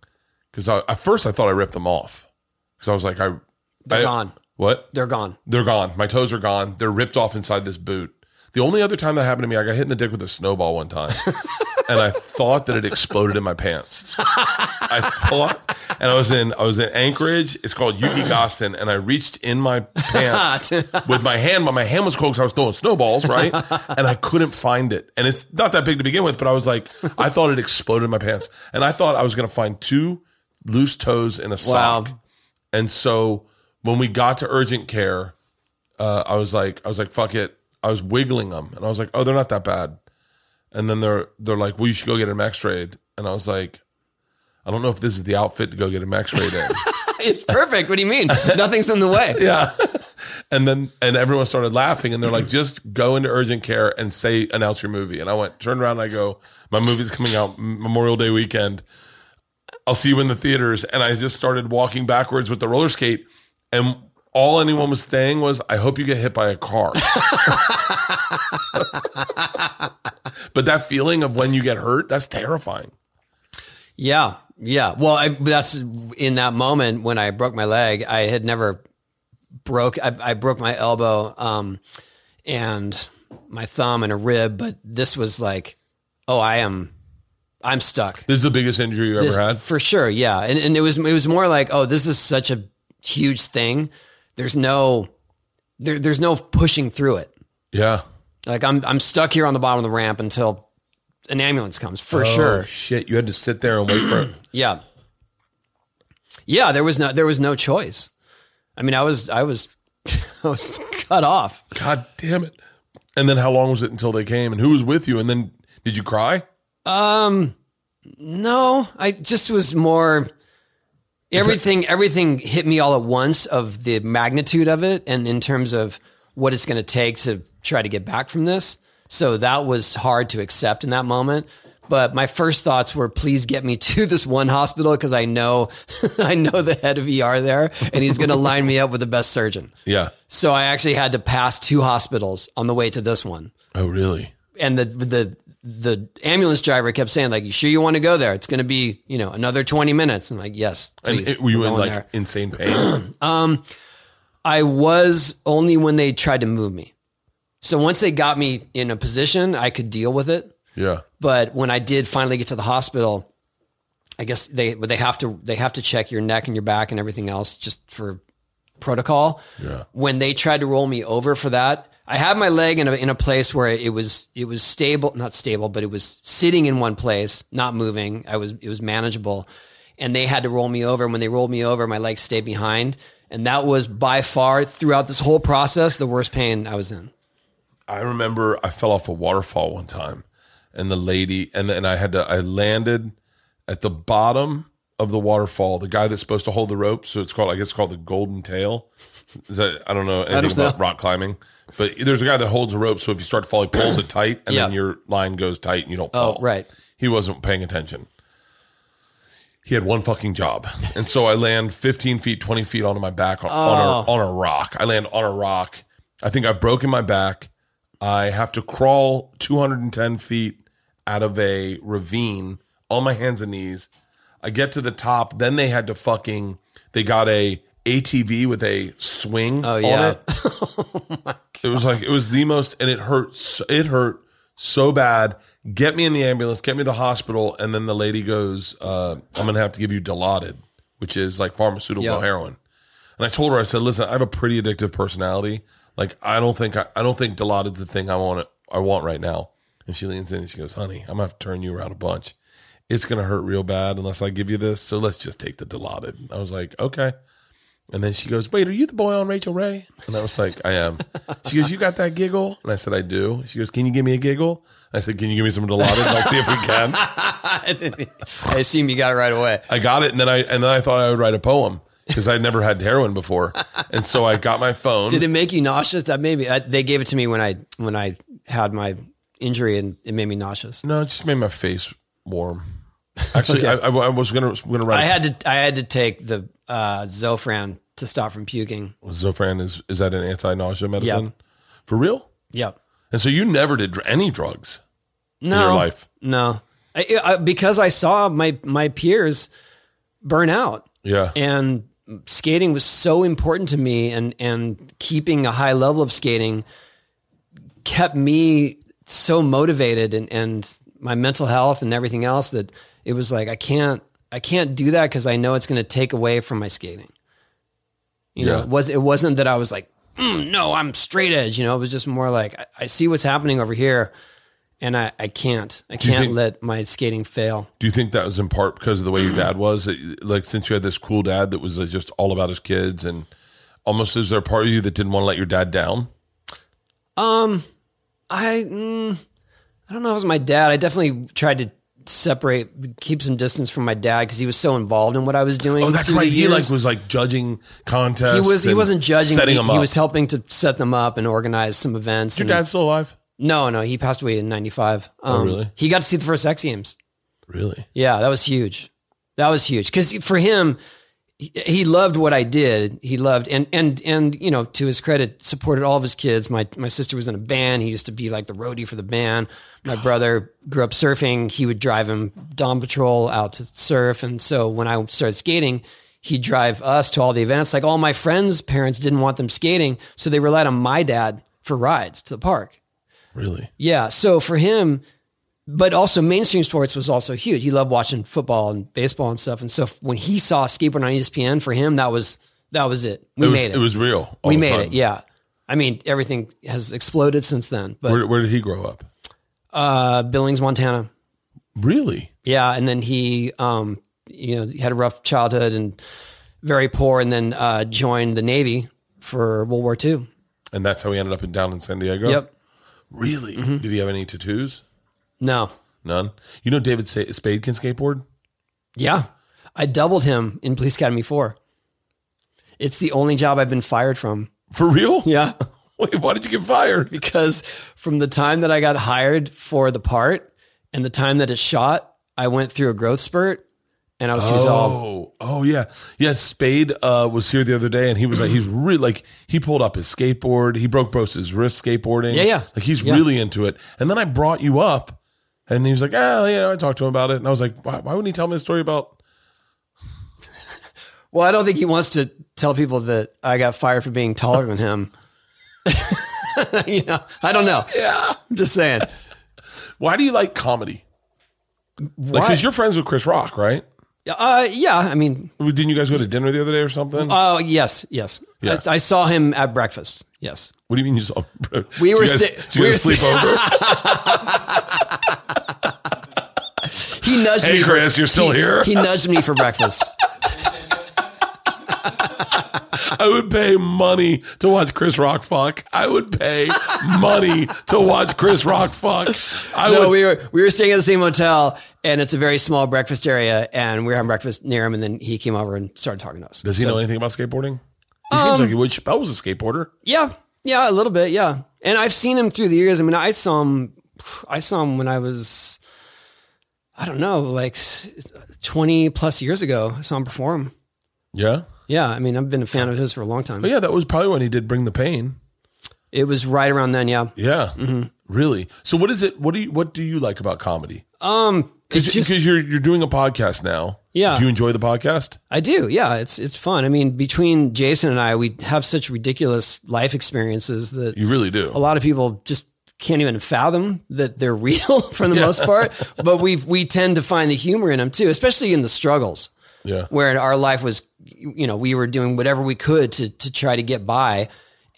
S1: because at first I thought I ripped them off because I was like I
S2: They're
S1: I-
S2: gone.
S1: What
S2: They're gone.
S1: They're gone. My toes are gone. They're ripped off inside this boot. The only other time that happened to me, I got hit in the dick with a snowball one time. and I thought that it exploded in my pants. I thought and I was in I was in Anchorage. It's called Yuki Gostin. And I reached in my pants with my hand, but my hand was cold because I was throwing snowballs, right? And I couldn't find it. And it's not that big to begin with, but I was like, I thought it exploded in my pants. And I thought I was gonna find two loose toes in a
S2: Wow.
S1: sock. And so when we got to urgent care, uh, I was like, I was like, fuck it. I was wiggling them, and I was like, oh, they're not that bad. And then they're they're like, well, you should go get them X-rayed. And I was like, I don't know if this is the outfit to go get them X-rayed in.
S2: It's perfect. What do you mean? Nothing's in the way.
S1: yeah. And then and everyone started laughing, and they're like, just go into urgent care and say announce your movie. And I went turned around, and I go, my movie's coming out M- Memorial Day weekend. I'll see you in the theaters. And I just started walking backwards with the roller skate, and all anyone was saying was, I hope you get hit by a car. but that feeling of when you get hurt, that's terrifying.
S2: Yeah, yeah. Well, I, that's in that moment when I broke my leg. I had never broke. I, I broke my elbow um, and my thumb and a rib, but this was like, oh, I am, I'm stuck.
S1: This is the biggest injury you ever
S2: This-
S1: had.
S2: for sure. Yeah, and and it was it was more like, oh, this is such a huge thing. There's no, there, there's no pushing through it.
S1: Yeah.
S2: Like I'm I'm stuck here on the bottom of the ramp until an ambulance comes for
S1: Oh,
S2: sure.
S1: shit. You had to sit there and wait for it.
S2: Yeah. Yeah, there was no there was no choice. I mean, I was I was I was cut off.
S1: God damn it. And then how long was it until they came and who was with you? And then did you cry?
S2: Um no, I just was more everything everything hit me all at once of the magnitude of it and in terms of what it's going to take to try to get back from this. So that was hard to accept in that moment. But my first thoughts were, please get me to this one hospital because I know, I know the head of ER there, and he's going to line me up with the best surgeon.
S1: Yeah.
S2: So I actually had to pass two hospitals on the way to this one.
S1: Oh, really?
S2: And the the the ambulance driver kept saying, like, you sure you want to go there? It's gonna be, you know, another twenty minutes. I'm like, yes,
S1: And
S2: please.
S1: it- were you
S2: we're
S1: in
S2: going
S1: like
S2: there."
S1: insane pain?
S2: I was only when they tried to move me. So once they got me in a position, I could deal with it.
S1: yeah.
S2: But when I did finally get to the hospital, I guess they but they have to they have to check your neck and your back and everything else just for protocol.
S1: Yeah.
S2: When they tried to roll me over for that, I had my leg in a in a place where it was it was stable, not stable, but it was sitting in one place, not moving. I was it was manageable. And they had to roll me over. And when they rolled me over, my leg stayed behind. And that was by far throughout this whole process the worst pain I was in.
S1: I remember I fell off a waterfall one time and the lady, and then I had to, I landed at the bottom of the waterfall. The guy that's supposed to hold the rope. So it's called, I guess it's called the golden tail. Is that, I don't know anything about rock climbing, but there's a guy that holds a rope. So if you start to fall, he pulls it tight and then
S2: Yeah.
S1: your line goes tight and you don't
S2: Oh,
S1: fall.
S2: right.
S1: He wasn't paying attention. He had one fucking job, and so I land 15 feet, 20 feet onto my back on,
S2: Oh.
S1: on, a, on a rock. I land on a rock. I think I've broken my back. I have to crawl 210 feet out of a ravine on my hands and knees. I get to the top. Then they had to fucking. They got a ATV with a swing.
S2: Oh
S1: on
S2: yeah.
S1: it. It was like it was the most, and it hurt. s- It hurt so bad. Get me in the ambulance. Get me to the hospital, and then the lady goes, uh, "I'm gonna have to give you Dilaudid, which is like pharmaceutical
S2: Yeah.
S1: heroin." And I told her, I said, "Listen, I have a pretty addictive personality. Like I don't think I, I don't think Dilaudid's the thing I want. I want right now." And she leans in and she goes, Honey, I'm going to have to turn you around a bunch. It's going to hurt real bad unless I give you this. So let's just take the Dilaudid. I was like, Okay. And then she goes, Wait, are you the boy on Rachel Ray? And I was like, I am. She goes, You got that giggle? And I said, I do. She goes, Can you give me a giggle? I said, Can you give me some Dilaudid? And I'll see if we can.
S2: I assume you got it right away.
S1: I got it, and then I and then I thought I would write a poem because I'd never had heroin before, and so I got my phone.
S2: Did it make you nauseous? That made me. I, they gave it to me when I when I had my injury, and it made me nauseous.
S1: no, it just made my face warm. Actually, I, I, I was gonna gonna write.
S2: I had to I had to take the uh, Zofran to stop from puking.
S1: Zofran is is that an anti nausea medicine
S2: Yep.
S1: for real?
S2: Yep.
S1: And so you never did dr- any drugs.
S2: No.
S1: your life.
S2: No. I, I, because I saw my my peers burn out,
S1: Yeah,
S2: and skating was so important to me, and and keeping a high level of skating kept me so motivated, and and my mental health and everything else that it was like I can't I can't do that because I know it's going to take away from my skating. You know,
S1: Yeah.
S2: it was it wasn't that I was like, "Mm, no, I'm straight edge. You know, it was just more like I, I see what's happening over here, and I I can't I
S1: you
S2: can't
S1: think-
S2: let my skating fail.
S1: Do you think that was in part because of the way your dad was? That- Like, since you had this cool dad that was uh, just all about his kids, and almost is there a part of you that didn't want to let your dad down?
S2: I mm, I don't know if it was my dad. I definitely tried to separate, keep some distance from my dad because he was so involved in what I was doing.
S1: Oh, that's
S2: through the
S1: right. He
S2: years.
S1: like was like judging contests.
S2: he was he
S1: and
S2: wasn't judging
S1: setting
S2: me.
S1: them
S2: he
S1: up.
S2: was helping to set them up and organize some events.
S1: Your
S2: and-
S1: dad's still alive?
S2: no, no, he passed away in '95.
S1: Oh, really?
S2: He got to see the first X Games.
S1: Really?
S2: Yeah, that was huge. That was huge because for him, he, he loved what I did. He loved and and and you know to his credit, supported all of his kids. My my sister was in a band. He used to be like the roadie for the band. My brother grew up surfing. He would drive him Dawn Patrol out to surf. And so when I started skating, he'd drive us to all the events. Like all my friends' parents didn't want them skating, so they relied on my dad for rides to the park.
S1: Really?
S2: Yeah. So for him, but also mainstream sports was also huge. He loved watching football and baseball and stuff. And so when he saw skateboard on E ESPN, for him that was that was it. We
S1: it was,
S2: made it.
S1: It was real. all
S2: we
S1: the
S2: made
S1: time.
S2: it. Yeah. I mean, everything has exploded since then. But
S1: Where, where did he grow up?
S2: uh, Billings, Montana.
S1: Really?
S2: Yeah, and then he, um, you know, had a rough childhood and very poor, and then uh, joined the Navy for World War II.
S1: And that's how he ended up in down in San Diego.
S2: Yep. Mm-hmm.
S1: Really? Did he have any tattoos?
S2: No.
S1: None. You know, David Sa- Spade can skateboard.
S2: Yeah. I doubled him in Police Academy 4. It's the only job I've been fired from.
S1: For real?
S2: Yeah.
S1: Wait, why did you get fired?
S2: Because from the time that I got hired for the part and the time that it shot, I went through a growth spurt and I was too tall.
S1: Oh, oh yeah, yeah. Spade uh, was here the other day, and he was like, he's really like he pulled up his skateboard. He broke both his wrist skateboarding.
S2: Yeah, yeah.
S1: Like he's
S2: Yeah.
S1: really into it. And then I brought you up, and he was like, ah, yeah. I talked to him about it, and I was like, why, why wouldn't he tell me the story about?
S2: Well, I don't think he wants to tell people that I got fired for being taller than him. you know, I don't know. Yeah. I'm just saying.
S1: Why do you like comedy? Like,
S2: Why-
S1: because you're friends with Chris Rock, right?
S2: Uh, yeah. I mean,
S1: Didn't you guys go to dinner the other day or something?
S2: oh, yes, yes.
S1: Yeah.
S2: I, I saw him at breakfast. Yes.
S1: what do you mean you saw?
S2: We
S1: Did
S2: were
S1: you guys,
S2: sti-
S1: did you
S2: we
S1: guys
S2: were
S1: sleep over.
S2: He nudged
S1: Hey,
S2: me. for-
S1: Chris, you're still
S2: he-
S1: here?
S2: He nudged me for breakfast.
S1: I would pay money to watch Chris Rock fuck. I would pay money to watch Chris Rock fuck. I
S2: no,
S1: would.
S2: we were we were staying at the same hotel, and it's a very small breakfast area, and we were having breakfast near him, and then he came over and started talking to us.
S1: Does he know anything about skateboarding? He
S2: Um,
S1: seems like he would. Chappelle was a skateboarder.
S2: Yeah, yeah, a little bit, yeah. And I've seen him through the years. I mean, I saw him, I saw him when I was, I don't know, like twenty plus years ago. I saw him perform.
S1: Yeah.
S2: Yeah, I mean, I've been a fan of his for a long time.
S1: But yeah, that was probably when he did Bring the Pain.
S2: It was right around then. Yeah,
S1: Yeah.
S2: Mm-hmm.
S1: Really. So what is it? What do you, what do you like about comedy?
S2: um, it
S1: Because
S2: just-
S1: you're you're doing a podcast now.
S2: Yeah.
S1: Do you enjoy the podcast?
S2: I do. Yeah, it's it's fun. I mean, between Jason and I, we have such ridiculous life experiences that
S1: You really do.
S2: a lot of people just can't even fathom that they're real for the most part. But we we tend to find the humor in them too, especially in the struggles
S1: Yeah.
S2: where our life was, you know, we were doing whatever we could to to try to get by,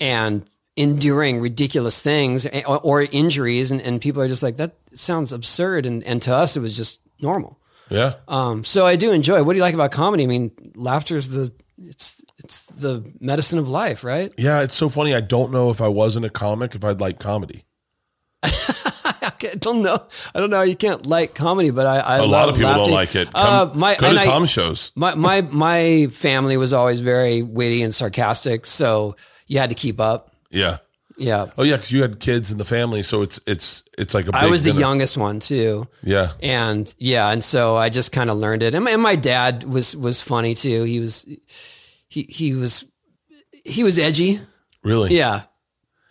S2: and enduring ridiculous things eh, or, or injuries, and, and people are just like, that sounds absurd. And, and to us, it was just normal.
S1: Yeah.
S2: Um, so I do enjoy. it. What do you like about comedy? I mean, laughter is the it's it's the medicine of life, right?
S1: yeah. It's so funny. I don't know if I wasn't a comic, if I'd like comedy.
S2: I don't know. I don't know. You can't like comedy, but I, I
S1: A lot
S2: love
S1: of people
S2: laughing.
S1: don't like it.
S2: Uh,
S1: Come-
S2: my,
S1: go
S2: and
S1: to
S2: I-
S1: Tom's shows.
S2: My my my family was always very witty and sarcastic, so you had to keep up.
S1: Yeah.
S2: Yeah,
S1: Oh yeah, because you had kids in the family, so it's it's it's like a. Big
S2: I was the
S1: dinner.
S2: youngest one too.
S1: Yeah.
S2: and yeah and so i just kind of learned it and my, and my dad was was funny too he was he he was he was edgy
S1: Really.
S2: yeah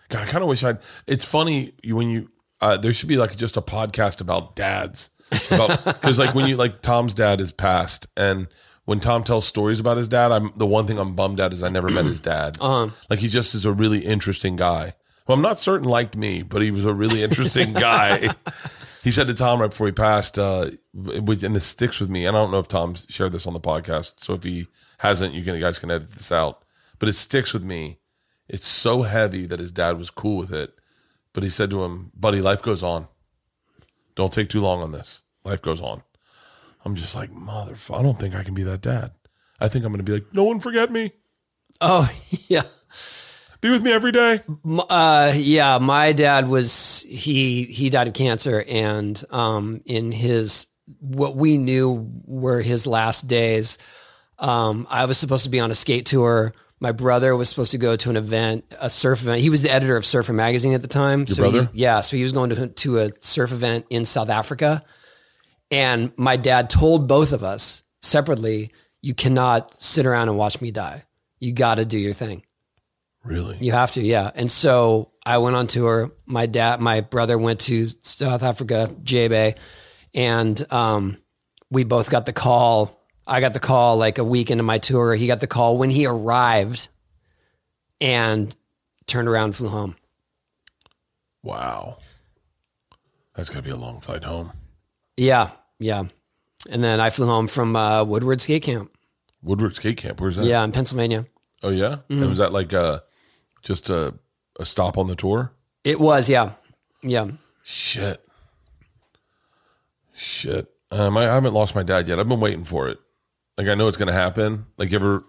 S1: God, I kind of wish I'd. It's funny you- when you. Uh, there should be like just a podcast about dads, because like when you like Tom's dad is passed, and when Tom tells stories about his dad, I'm the one thing I'm bummed at is I never met his dad. Like he just is a really interesting guy. Well, I'm not certain liked me, but he was a really interesting guy. he said to Tom right before he passed, uh, which and this sticks with me. And I don't know if Tom's shared this on the podcast, so if he hasn't, you can you guys can edit this out. But it sticks with me. It's so heavy that his dad was cool with it. But he said to him, Buddy, life goes on. Don't take too long on this. Life goes on. I'm just like, motherfucker, I don't think I can be that dad. I think I'm going to be like, no one forget me.
S2: oh yeah
S1: Be with me every day.
S2: M- uh yeah my dad was he he died of cancer and um in his what we knew were his last days um i was supposed to be on a skate tour my brother was supposed to go to an event a surf event he was the editor of surfer magazine at the time Your so he-
S1: brother?
S2: yeah so he was going to to a surf event in south africa and my dad told both of us separately you cannot sit around and watch me die you got to do your thing
S1: Really?
S2: you have to, yeah. And so I went on tour. My dad, my brother went to South Africa, Jabe, and um, we both got the call. I got the call like a week into my tour. He got the call when he arrived, and turned around, and flew home.
S1: Wow. That's going to be a long flight home.
S2: Yeah, yeah. And then I flew home from uh, Woodward Skate Camp.
S1: Woodward Skate Camp. Where's that?
S2: Yeah, in Pennsylvania.
S1: Oh, yeah? And was that like uh, just a, a stop on the tour?
S2: It was, yeah, yeah.
S1: Shit. Shit. Um, I, I haven't lost my dad yet. I've been waiting for it. Like I know it's gonna happen. Like you ever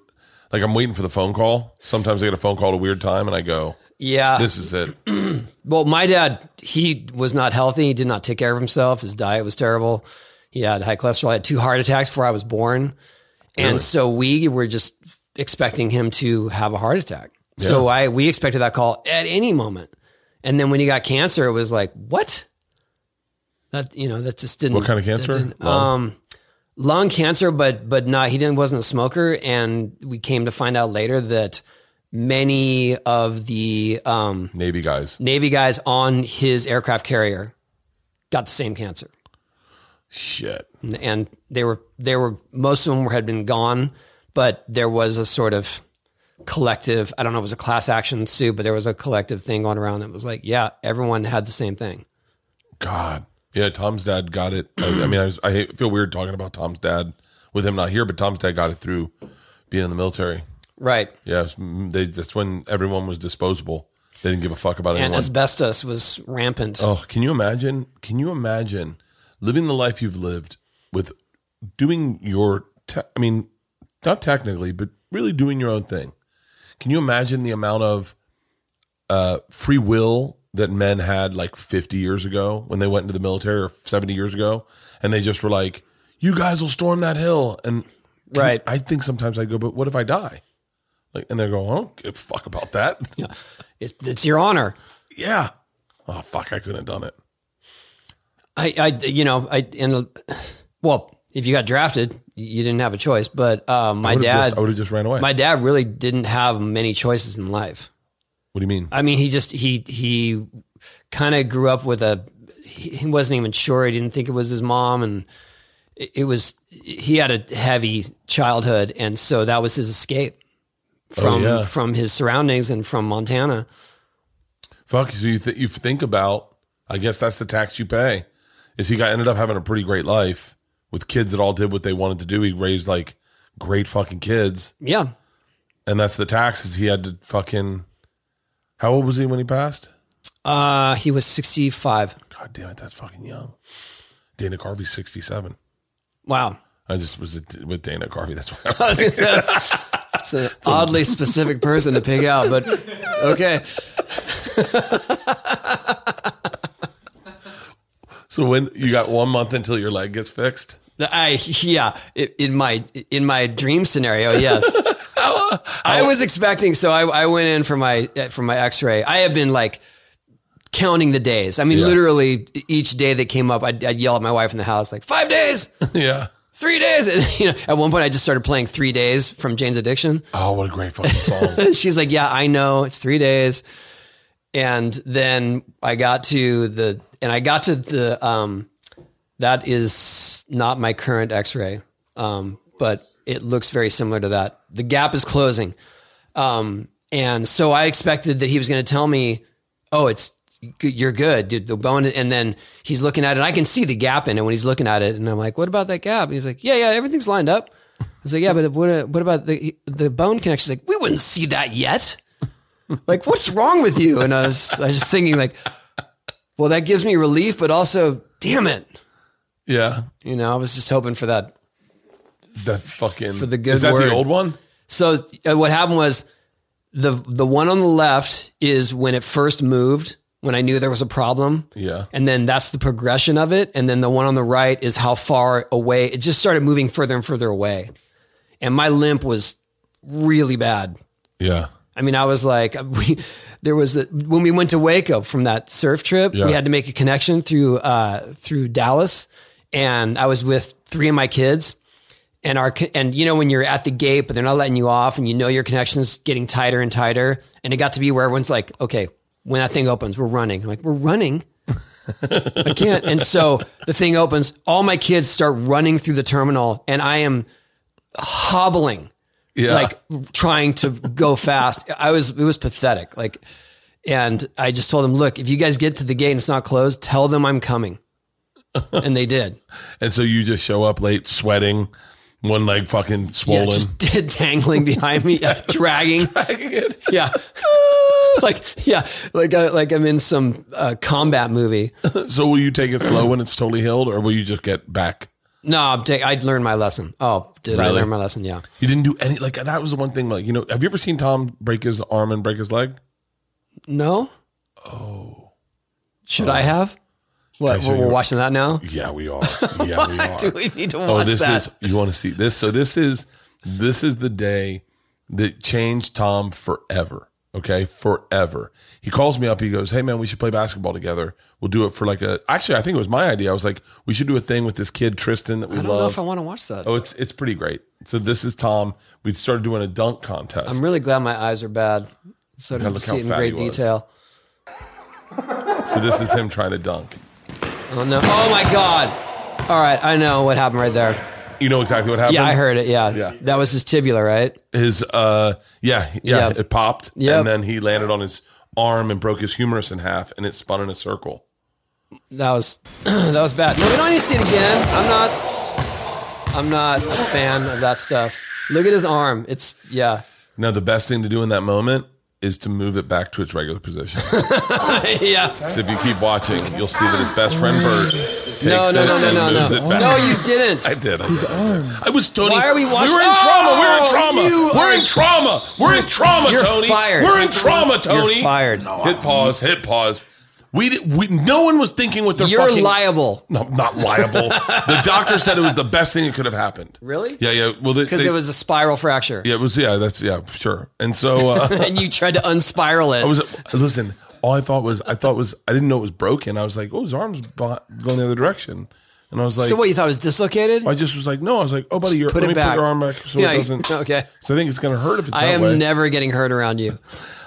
S1: like I'm waiting for the phone call. Sometimes I get a phone call at a weird time and I go,
S2: Yeah.
S1: This is it.
S2: Well, my dad, he was not healthy. He did not take care of himself. His diet was terrible. He had high cholesterol. He had two heart attacks before I was born.
S1: Really?
S2: And so we were just expecting him to have a heart attack. So I we expected that call at any moment. And then when he got cancer, it was like, what? That you know, that just didn't
S1: What kind of
S2: that
S1: cancer?
S2: didn't-
S1: Lung?
S2: Um lung cancer, but but not he didn't wasn't a smoker. And we came to find out later that many of the um
S1: Navy guys.
S2: Navy guys on his aircraft carrier got the same cancer,
S1: Shit.
S2: and, and they were they were most of them were, had been gone, but there was a sort of collective. I don't know, if it was a class action suit, but there was a collective thing going around that was like, yeah, everyone had the same thing.
S1: God. Yeah, Tom's dad got it. I, I mean, I, was, I hate- feel weird talking about Tom's dad with him not here, but Tom's dad got it through being in the military.
S2: Right.
S1: Yeah, it's- they, that's when everyone was disposable. They didn't give a fuck about
S2: And
S1: anyone.
S2: asbestos was rampant.
S1: Oh, can you imagine? Can you imagine living the life you've lived with doing your, te- I mean, not technically, but really doing your own thing? Can you imagine the amount of uh, free will that men had like 50 years ago when they went into the military or 70 years ago? And they just were like, you guys will storm that hill. And can-
S2: Right.
S1: I think sometimes I go, but what if I die? Like, and they go, I don't give a fuck about that. Yeah.
S2: It, it's your honor.
S1: Oh, fuck, I couldn't have done it.
S2: I, I, you know, I, and well, if you got drafted, you didn't have a choice. But uh, my
S1: would've
S2: dad,
S1: just- I would've just ran away.
S2: My dad really didn't have many choices in life.
S1: What do you mean?
S2: I mean, he just he he kind of grew up with a. He he wasn't even sure. He didn't think it was his mom, and it, it was he had a heavy childhood, and so that was his escape from
S1: yeah.
S2: from his surroundings and from Montana.
S1: Fuck. So you th- you think about? I guess that's the tax you pay. Is he got ended up having a pretty great life with kids that all did what they wanted to do. He raised like great fucking kids,
S2: Yeah,
S1: and that's the taxes he had to fucking. How old was he when he passed?
S2: Uh, he was 65.
S1: God damn it, that's fucking young. Dana Carvey's 67.
S2: Wow.
S1: I just was with Dana Carvey. That's why. I was-
S2: that's, that's an oddly specific person to pick out, but okay.
S1: so when you got one month until your leg gets fixed.
S2: I yeah, i- in my in my dream scenario, yes. I was expecting, so I, I went in for my for my X ray. I have been like counting the days. I mean,
S1: Yeah.
S2: literally each day that came up, I'd, I'd yell at my wife in the house like five days,
S1: Yeah.
S2: three days, and you know, at one point I just started playing three days from Jane's Addiction.
S1: Oh, what a great fucking song.
S2: She's like, yeah, I know it's three days. And then I got to the, and I got to the, um, that is not my current x-ray. Um, but it looks very similar to that. The gap is closing. Um, and so I expected that he was going to tell me, oh, it's, you're good, dude. The bone, and then he's looking at it. And I can see the gap in it when he's looking at it, and I'm like, "What about that gap?" And he's like, "Yeah, yeah, everything's lined up." I was like, yeah, but what, uh, what about the the bone connection? Like, we wouldn't see that yet. Like, what's wrong with you? And I was, I was just thinking, like, well, that gives me relief, but also, damn it,
S1: yeah.
S2: you know, I was just hoping for that.
S1: The fucking. For
S2: the good
S1: Is that
S2: word.
S1: the old one?
S2: So uh, what happened was the the one on the left is when it first moved, when I knew there was a problem.
S1: Yeah.
S2: And then that's the progression of it. And then the one on the right is how far away it just started moving further and further away. And my limp was really bad.
S1: Yeah.
S2: I mean, I was like, we, there was a, when we went to Waco from that surf trip,
S1: Yeah.
S2: we had to make a connection through uh, through Dallas, and I was with three of my kids, and our co- and you know when you're at the gate, but they're not letting you off, and you know your connection's getting tighter and tighter, and it got to be where everyone's like, okay, when that thing opens, we're running. I'm like, we're running. I can't. And so the thing opens, all my kids start running through the terminal, and I am hobbling
S1: Yeah.
S2: like trying to go fast. I was it was pathetic. Like and I just told them, look, if you guys get to the gate and it's not closed, tell them I'm coming. And they did.
S1: and so you just show up late, sweating, one leg fucking
S2: Yeah,
S1: swollen.
S2: just did dangling behind me, yeah, dragging. Yeah. like yeah, like I, like I'm in some uh, combat movie.
S1: so will you take it slow when it's totally healed, or will you just get back?
S2: No, I'm ta- I'd learned my lesson. Oh, did I
S1: Really?
S2: learn my lesson? Yeah.
S1: You didn't do any. Like that was the one thing. Like you know, have you ever seen Tom break his arm and break his leg?
S2: No. Oh. Should I have? What?
S1: Oh. Okay, so
S2: we're, we're
S1: you're-
S2: watching that now.
S1: Yeah, we are. Yeah, we are.
S2: Do we need to watch
S1: oh, this
S2: that?
S1: is you want to see this. So this is this is the day that changed Tom forever. Okay, forever. He calls me up. He goes, "Hey man, we should play basketball together. We'll do it for like a." Actually, I think it was my idea. I was like, "We should do a thing with this kid Tristan that we
S2: I don't know
S1: love."
S2: if I want to watch that.
S1: oh, it's it's pretty great. So this is Tom. We started doing a dunk contest.
S2: I'm really glad my eyes are bad. So to
S1: look
S2: see
S1: how
S2: it in
S1: fat
S2: great
S1: he was.
S2: detail.
S1: so this is him trying to dunk.
S2: Oh no! Oh my god! All right, I know what happened right there.
S1: You know exactly what happened.
S2: Yeah, I heard it. Yeah,
S1: Yeah.
S2: that was his tibula, right?
S1: his uh yeah yeah
S2: Yeah.
S1: it popped
S2: Yep.
S1: and then he landed on his arm and broke his humerus in half and it spun in a circle
S2: That was that was bad. No, we don't need to see it again. I'm not. I'm not a fan of that stuff. Look at his arm. It's yeah,
S1: now the best thing to do in that moment is to move it back to its regular position
S2: yeah.
S1: 'Cause if you keep watching you'll see that his best friend bert takes
S2: No,
S1: it
S2: no, no, no,
S1: and
S2: no,
S1: moves
S2: no.
S1: it back
S2: No, you didn't.
S1: I did, I did, I did. I was Tony.
S2: Why are we watching-
S1: We're in
S2: Oh,
S1: trauma. We're in
S2: you
S1: trauma. We're
S2: are-
S1: in trauma. We're in trauma,
S2: You're
S1: Tony.
S2: fired.
S1: We're in trauma, Tony.
S2: You're fired.
S1: hit pause. Hit pause. We, di- we no one was thinking with their
S2: You're
S1: fucking
S2: liable.
S1: No, not liable. the doctor said it was the best thing that could have happened.
S2: Really?
S1: Yeah, yeah. Well, they,
S2: Because
S1: they-
S2: it was a spiral fracture,
S1: Yeah, it was. Yeah, that's yeah, sure. And so uh,
S2: and you tried to unspiral it.
S1: I was. Listen, all I thought was, I thought was, I didn't know it was broken. I was like, oh, his arm's beh- going the other direction, and I was like,
S2: so what you thought was dislocated?
S1: I just was like, no. I was like, oh, buddy, you're,
S2: Put
S1: let
S2: it
S1: me
S2: back.
S1: put your arm back so
S2: Yeah,
S1: it doesn't.
S2: okay.
S1: So I think it's gonna hurt if it's
S2: I
S1: that
S2: am
S1: way.
S2: never getting hurt around you.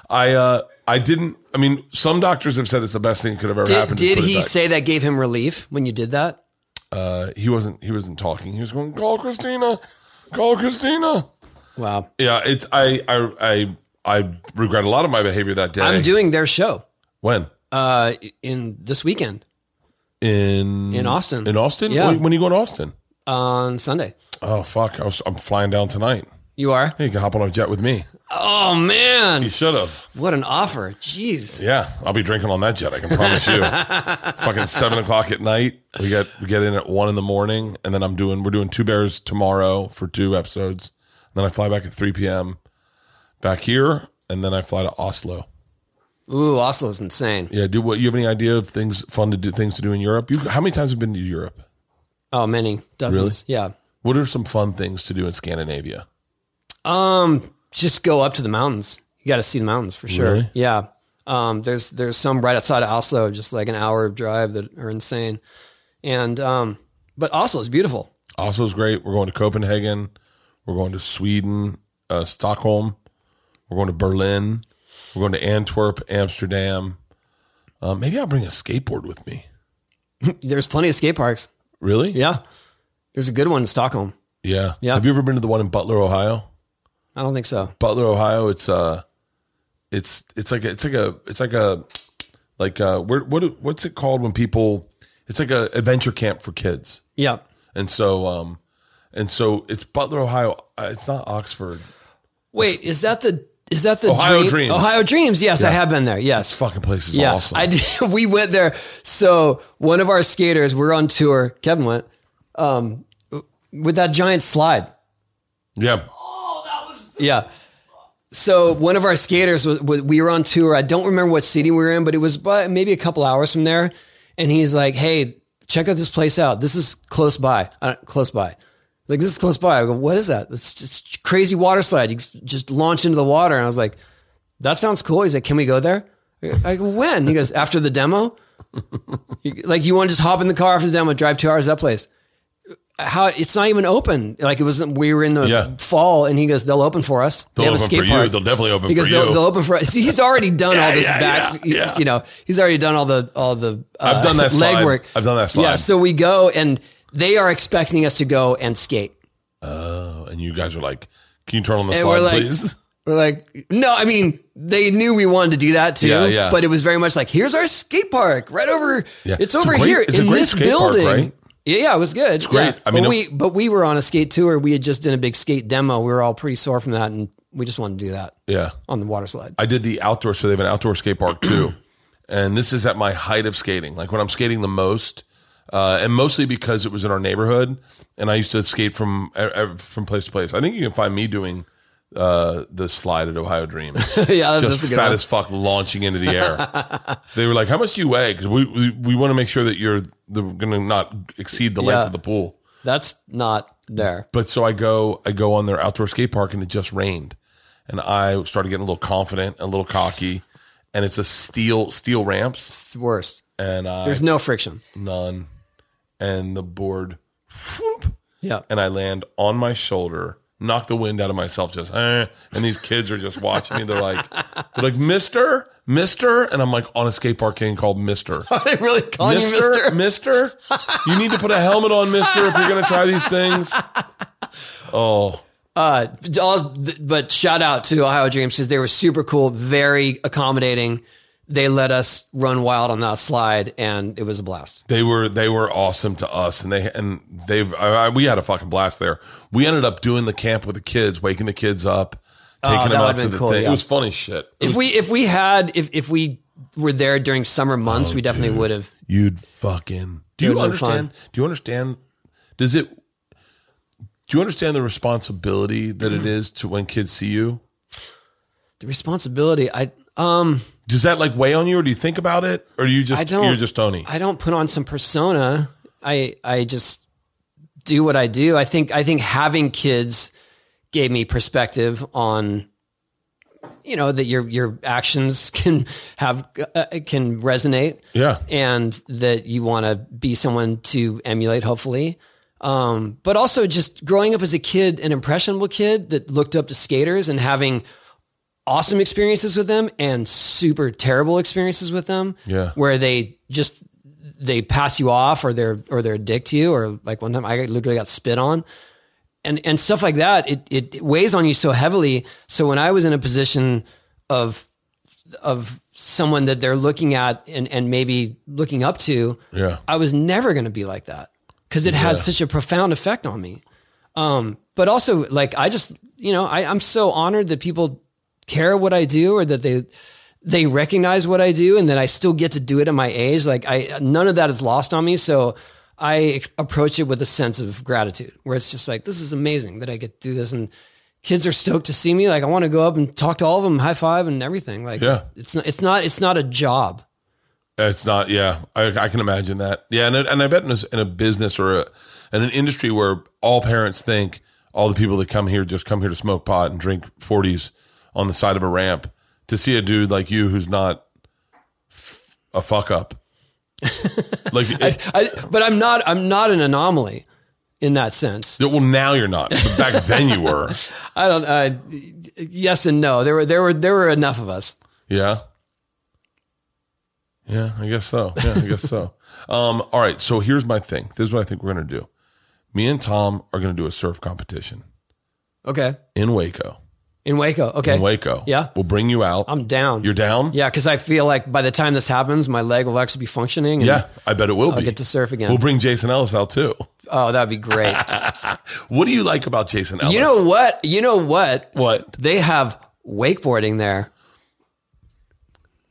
S1: I uh, I didn't. I mean, some doctors have said it's the best thing that could have ever
S2: Did,
S1: happened. to
S2: did
S1: put it
S2: he
S1: back.
S2: say that gave him relief when you did that?
S1: Uh, he wasn't? He wasn't talking. He was going, call Christina, call Christina.
S2: Wow.
S1: Yeah, it's I I I I regret a lot of my behavior that day.
S2: I'm doing their show
S1: when
S2: uh, in this weekend
S1: in
S2: In Austin.
S1: In Austin,
S2: Yeah.
S1: When, when you go to Austin?
S2: on Sunday.
S1: Oh fuck! I was, I'm flying down tonight.
S2: You are?
S1: Hey, you can hop on a jet with me.
S2: Oh man.
S1: You should have.
S2: What an offer. Jeez.
S1: Yeah, I'll be drinking on that jet. I can promise you. Fucking seven o'clock at night. We get we get in at one in the morning, and then I'm doing we're doing two bears tomorrow for two episodes. then I fly back at three p.m. back here, and then I fly to Oslo.
S2: Ooh, Oslo's insane.
S1: Yeah, do what? You have any idea of things fun to do? Things to do in Europe? You how many times have you been to Europe?
S2: Oh, many dozens. Yeah.
S1: What are some fun things to do in Scandinavia?
S2: Um, just go up to the mountains. You got to see the mountains for sure.
S1: Really?
S2: Yeah. Um, there's there's some right outside of Oslo, just like an hour drive that are insane, and um, but Oslo is beautiful.
S1: Oslo's great. We're going to Copenhagen. We're going to Sweden, uh, Stockholm. We're going to Berlin. We're going to Antwerp, Amsterdam. Uh, maybe I'll bring a skateboard with me.
S2: There's plenty of skate parks.
S1: Really?
S2: Yeah, there's a good one in Stockholm.
S1: Yeah.
S2: Yeah.
S1: Have you ever been to the one in Butler, Ohio?
S2: I don't think so.
S1: Butler, Ohio. It's uh, it's it's like a, it's like a it's like a like uh, where, what what's it called when people? It's like a adventure camp for kids,
S2: Yeah.
S1: and so um, and so it's Butler, Ohio. Uh, It's not Oxford.
S2: Wait, is that the is that the
S1: Ohio
S2: dream-
S1: Dreams.
S2: Ohio Dreams? Yes, I have been there. Yes,
S1: This fucking place is
S2: yeah,
S1: awesome.
S2: I did, we went there. So one of our skaters, we're on tour. Kevin went um, with that giant slide.
S1: yeah.
S2: Yeah. So one of our skaters was, was we were on tour. I don't remember what city we were in, but it was but maybe a couple hours from there. And he's like, "Hey, check out this place out. This is close by. Uh, close by. Like this is close by." I go, "What is that? It's just crazy water slide. You just launch into the water." And I was like, "That sounds cool." He's like, "Can we go there?" I go, "When?" He goes, "After the demo." You- like you want to just hop in the car after the demo, drive two hours to that place. How it's not even open. Like it wasn't. We were in the
S1: Yeah.
S2: fall, and he goes, "They'll open for us."
S1: They'll
S2: they have
S1: open
S2: a skate
S1: for
S2: park.
S1: you. They'll definitely open
S2: because
S1: for
S2: they'll,
S1: you.
S2: they'll open for. See, he's already done all this
S1: yeah,
S2: back.
S1: yeah, yeah.
S2: You know, he's already done all the all the. Uh,
S1: I've done that slide.
S2: legwork.
S1: I've done that slide.
S2: Yeah. So we go, and they are expecting us to go and skate.
S1: and you guys are like, "Can you turn on the
S2: And
S1: slide,
S2: we're like-
S1: please?"
S2: We're like, no, I mean, they knew we wanted to do that too,
S1: Yeah, yeah.
S2: but it was very much like, here's our skate park right over.
S1: Yeah.
S2: It's
S1: It's a
S2: over
S1: great-
S2: here
S1: it's a
S2: in
S1: great
S2: this
S1: skate park,
S2: building.
S1: right?
S2: Yeah, yeah, it was good. It's
S1: great. I mean,
S2: but
S1: it-
S2: we but we were on a skate tour. We had just done a big skate demo. We were all pretty sore from that, and we just wanted to do that
S1: Yeah.
S2: on the water slide.
S1: I did the outdoor, so they have an outdoor skate park too. and this is at my height of skating, like when I'm skating the most, uh, and mostly because it was in our neighborhood, and I used to skate from eh, eh, from place to place. I think you can find me doing uh, the slide at Ohio Dreams.
S2: yeah,
S1: Just
S2: that's a good
S1: fat
S2: one.
S1: as fuck, launching into the air. they were like, "How much do you weigh?" Because we we, we want to make sure that you're the, gonna not exceed the length
S2: Yeah.
S1: of the pool.
S2: That's not there.
S1: But so I go, I go on their outdoor skate park, and it just rained, and I started getting a little confident, a little cocky, and it's a steel steel ramps,
S2: It's the worst.
S1: and I
S2: There's no friction.
S1: none, and the board, whoop,
S2: Yeah.
S1: and I land on my shoulder, knock the wind out of myself, just eh, and these kids are just watching me. They're like, they're like, Mister, Mister, and I'm like on a skate park game called Mister.
S2: they really calling you
S1: Mister,
S2: Mister.
S1: Mister, you need to put a helmet on, Mister, if you're gonna try these things. Oh,
S2: Uh, all, but shout out to Ohio Dreams because they were super cool, very accommodating. They let us run wild on that slide, and it was a blast.
S1: They were they were awesome to us, and they and they've I, I- we had a fucking blast there. We ended up doing the camp with the kids, waking the kids up, taking
S2: Oh, that
S1: them out
S2: would've
S1: to
S2: been
S1: the
S2: cool,
S1: thing.
S2: yeah.
S1: It was funny shit. It
S2: If
S1: was-
S2: we if we had if if we were there during summer months, we definitely
S1: dude.
S2: would have.
S1: you'd fucking do
S2: It
S1: you
S2: would've been
S1: understand? Do you understand? Does it? Do you understand the responsibility that
S2: Mm-hmm.
S1: it is to when kids see you?
S2: The responsibility, I um,
S1: Does that like weigh on you, or do you think about it, or do you just
S2: I don't.
S1: you're just Tony?
S2: I don't put on some persona. I I just do what I do. I think I think having kids gave me perspective on you know that your your actions can have uh, can resonate
S1: yeah,
S2: and that you want to be someone to emulate, hopefully. Um, but also just growing up as a kid, an impressionable kid that looked up to skaters and having awesome experiences with them and super terrible experiences with them.
S1: Yeah.
S2: Where they just they pass you off or they're or they're a dick to you or like one time I literally got spit on. And and stuff like that, it it weighs on you so heavily. So when I was in a position of of someone that they're looking at and, and maybe looking up to,
S1: yeah.
S2: I was never going to be like that because it had such a profound effect on me. Um, but also, like, I just, you know, I, I'm so honored that people care what I do or that they they recognize what I do and that I still get to do it at my age. Like, I none of that is lost on me. So I approach it with a sense of gratitude, where it's just like, this is amazing that I get to do this, and kids are stoked to see me. Like, I want to go up and talk to all of them, high five and everything. Like,
S1: Yeah.
S2: it's not, it's not, it's not a job.
S1: It's not, yeah. I, I can imagine that. Yeah, and, I- and I bet in a, in a business or a, in an industry where all parents think all the people that come here just come here to smoke pot and drink 40s on the side of a ramp, to see a dude like you who's not f- a fuck up. like, it,
S2: I, but I'm not, I'm not an anomaly in that sense.
S1: well, now you're not. But back then you were.
S2: I don't. Uh, yes and no. There were there were there were enough of us.
S1: Yeah. Yeah, I guess so. Yeah, I guess so. Um, all right. So here's my thing. This is what I think we're going to do. Me and Tom are going to do a surf competition
S2: Okay,
S1: in Waco.
S2: in Waco. Okay,
S1: In Waco.
S2: Yeah.
S1: We'll bring you out.
S2: I'm down.
S1: You're down?
S2: Yeah, because I feel like by the time this happens, my leg will actually be functioning. And,
S1: Yeah. I bet it will
S2: I'll
S1: be.
S2: get to surf again.
S1: We'll bring Jason Ellis out too.
S2: Oh, that'd be great.
S1: What do you like about Jason Ellis?
S2: you know what? You know what?
S1: what?
S2: They have wakeboarding there.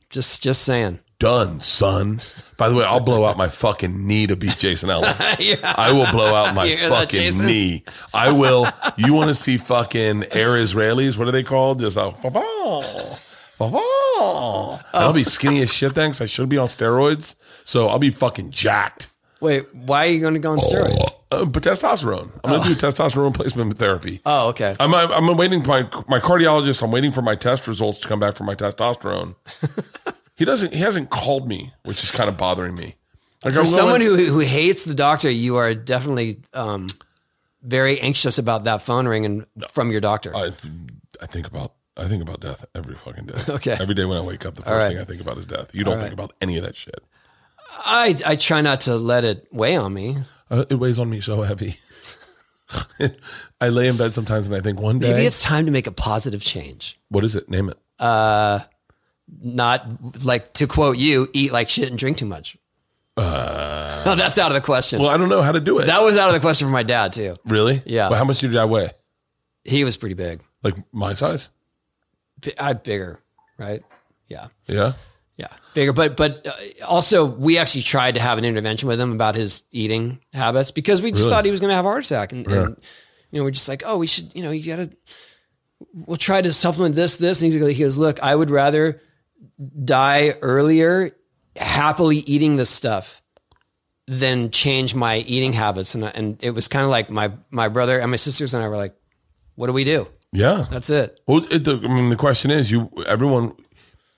S2: Just just saying.
S1: Done, son. By the way, I'll blow out my fucking knee to beat Jason Ellis. I will blow out my
S2: You hear that,
S1: fucking
S2: Jason?
S1: knee. I will. You want to see fucking air Israelis? What are they called? Just like, "Fa-fa, fa-fa."
S2: Oh.
S1: And I'll be skinny as shit then because I should be on steroids. So I'll be fucking jacked.
S2: Wait, why are you going to go on steroids?
S1: Uh, but testosterone. I'm going to do testosterone replacement therapy.
S2: Oh, okay.
S1: I'm, I'm, I'm waiting for my, my cardiologist. I'm waiting for my test results to come back for my testosterone. he doesn't, he hasn't called me, which is kind of bothering me. Like, I
S2: For
S1: will-
S2: someone who who hates the doctor, you are definitely um, very anxious about that phone ringing from your doctor.
S1: I, I think about I think about death every fucking day.
S2: Okay.
S1: Every day when I wake up, the first
S2: right.
S1: thing I think about is death. You don't think about any of that shit.
S2: I I try not to let it weigh on me.
S1: Uh, it weighs on me so heavy. I lay in bed sometimes and I think one day.
S2: Maybe it's time to make a positive change.
S1: what is it? Name it.
S2: Not like to quote you, eat like shit and drink too much. no, that's out of the question.
S1: Well, I don't know how to do it.
S2: that was out of the question for my dad too.
S1: really?
S2: Yeah.
S1: Well, how much did I weigh?
S2: He was pretty big.
S1: Like my size?
S2: B- I bigger, right? Yeah.
S1: Yeah.
S2: Yeah, bigger. But but uh, also, we actually tried to have an intervention with him about his eating habits because we just
S1: Really?
S2: thought he was going to have a heart attack, and, and you know, we're just like, oh, we should, you know, you got to. We'll try to supplement this, this, and he's like, he goes, look, I would rather die earlier, happily eating this stuff. Than change my eating habits, and I- and it was kind of like my my brother and my sisters and I were like, "What do we do?
S1: Yeah.
S2: That's it."
S1: Well, it, the, I mean, the question is, you everyone,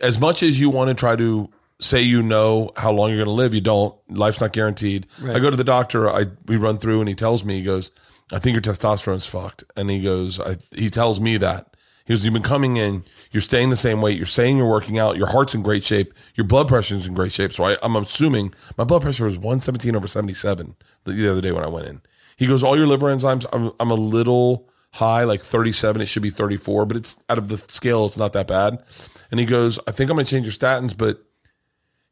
S1: as much as you want to try to say you know how long you're going to live, you don't. Life's not guaranteed. I go to the doctor. I we run through, and he tells me, he goes, "I think your testosterone's fucked," and he goes, I, he tells me that. He goes, you've been coming in, you're staying the same weight, you're saying you're working out, your heart's in great shape, your blood pressure's in great shape. So I, I'm assuming my blood pressure was 117 over 77 the, the other day when I went in. He goes, all your liver enzymes, I'm, I'm a little high, like 37, it should be 34, but it's out of the scale, it's not that bad. And he goes, I think I'm going to change your statins, but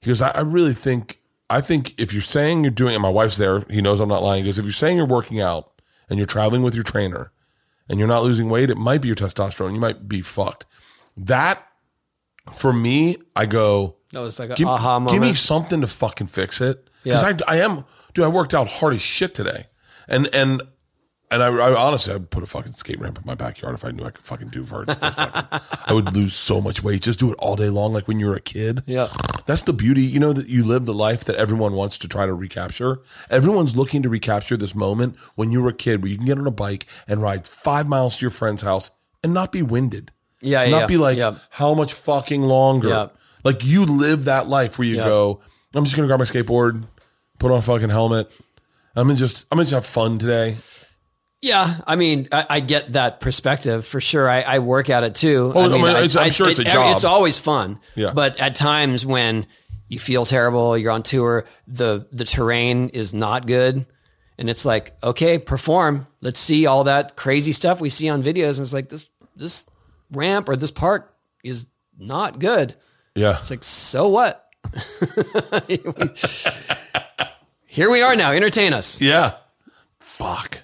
S1: he goes, I, I really think, I think if you're saying you're doing, and my wife's there, he knows I'm not lying. He goes, if you're saying you're working out and you're traveling with your trainer and you're not losing weight, it might be your testosterone. You might be fucked. That, for me, I go,
S2: That was like a
S1: give,
S2: aha moment.
S1: give me something to fucking fix it. Because
S2: Yeah.
S1: I, I am, dude, I worked out hard as shit today. And, and, and I, I honestly, I'd put a fucking skate ramp in my backyard if I knew I could fucking do vert. I would lose so much weight. Just do it all day long, like when you were a kid.
S2: Yeah.
S1: That's the beauty, you know, that you live the life that everyone wants to try to recapture. Everyone's looking to recapture this moment when you were a kid where you can get on a bike and ride five miles to your friend's house and not be winded.
S2: Yeah,
S1: Not
S2: yeah,
S1: be like,
S2: yeah.
S1: how much fucking longer?
S2: Yeah.
S1: Like you live that life where you
S2: Yeah.
S1: go, I'm just gonna grab my skateboard, put on a fucking helmet. I'm gonna just I'm gonna just have fun today.
S2: Yeah, I mean, I, I get that perspective for sure. I, I work at it too.
S1: Oh,
S2: I mean,
S1: I mean, it's- I'm sure it's a
S2: every-
S1: job.
S2: It's always fun.
S1: Yeah.
S2: But at times when you feel terrible, you're on tour, the the terrain is not good, and it's like, okay, perform. Let's see all that crazy stuff we see on videos, and it's like this this ramp or this park is not good.
S1: Yeah.
S2: It's like, so what? Here we are now. Entertain us.
S1: yeah. Fuck.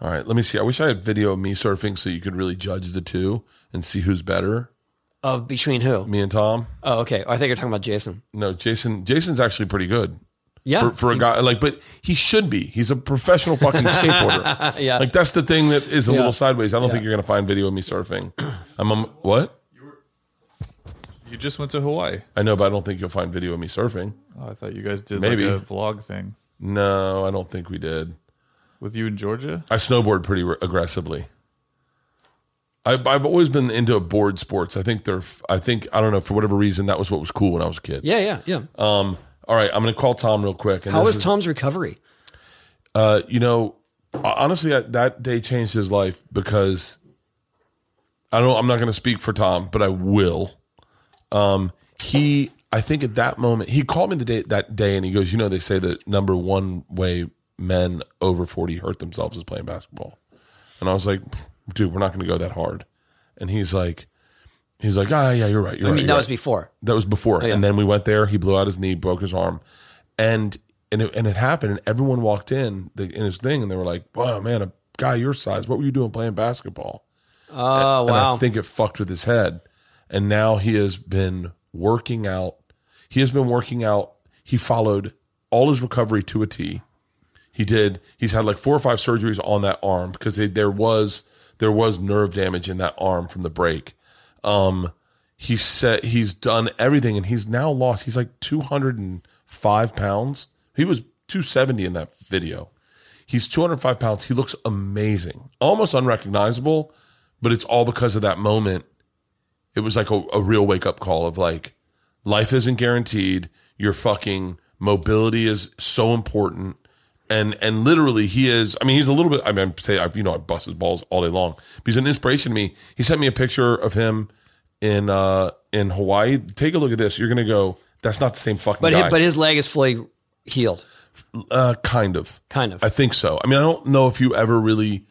S1: All right, let me see. I wish I had video of me surfing so you could really judge the two and see who's better,
S2: Of between who?
S1: me and Tom.
S2: Oh, okay. I think you're talking about Jason.
S1: No, Jason. Jason's actually pretty good.
S2: Yeah.
S1: for, for a guy like, but he should be. He's a professional fucking skateboarder.
S2: Yeah.
S1: like that's the thing that is a little sideways. I don't think you're gonna find video of me surfing. I'm um, what
S10: You just went to Hawaii.
S1: I know, but I don't think you'll find video of me surfing.
S10: Oh, I thought you guys did
S1: Maybe.
S10: like a vlog thing
S1: No, I don't think we did.
S10: with you in Georgia.
S1: I snowboard pretty re- aggressively. I, I've always been into board sports. I think they're. f- I think I don't know for whatever reason that was what was cool when I was a kid.
S2: yeah, yeah, yeah.
S1: Um. All right, I'm gonna call Tom real quick. And
S2: How
S1: this
S2: was
S1: is-
S2: Tom's recovery?
S1: Uh, you know, honestly, I, that day changed his life because I don't. I'm not going to speak for Tom, but I will. Um, he, I think, at that moment, he called me the day that day, and he goes, "You know, they say that number one way men over 40 hurt themselves is playing basketball," and I was like, "Dude, we're not going to go that hard," and he's like. He's like, ah, yeah, you're right. You're
S2: I
S1: right,
S2: mean, that
S1: you're
S2: was
S1: right."
S2: before.
S1: That was before.
S2: yeah.
S1: And then we went there. He blew out his knee, broke his arm, and and it, and it happened. And everyone walked in the, in his thing, and they were like, "Wow, man, a guy your size, what were you doing playing basketball?"
S2: Oh,
S1: Uh, And I
S2: wow.
S1: think it fucked with his head. And now he has been working out. He has been working out. He followed all his recovery to a T. He did. He's had like four or five surgeries on that arm because they, there was there was nerve damage in that arm from the break. Um, he said he's done everything, and he's now lost. He's like two hundred and five pounds. He was two seventy in that video. He's 205 pounds. He looks amazing, almost unrecognizable, but it's all because of that moment. It was like a, a real wake up call of like, life isn't guaranteed. Your fucking mobility is so important. And, and literally he is, I mean, he's a little bit, I mean, I say, I've, you know, I bust his balls all day long, but he's an inspiration to me. He sent me a picture of him in, uh, in Hawaii. Take a look at this. You're going to go, that's not the same fucking
S2: but
S1: guy.
S2: his, but his leg is fully healed.
S1: Uh, kind of.
S2: Kind of.
S1: I think so. I mean, I don't know if you ever really.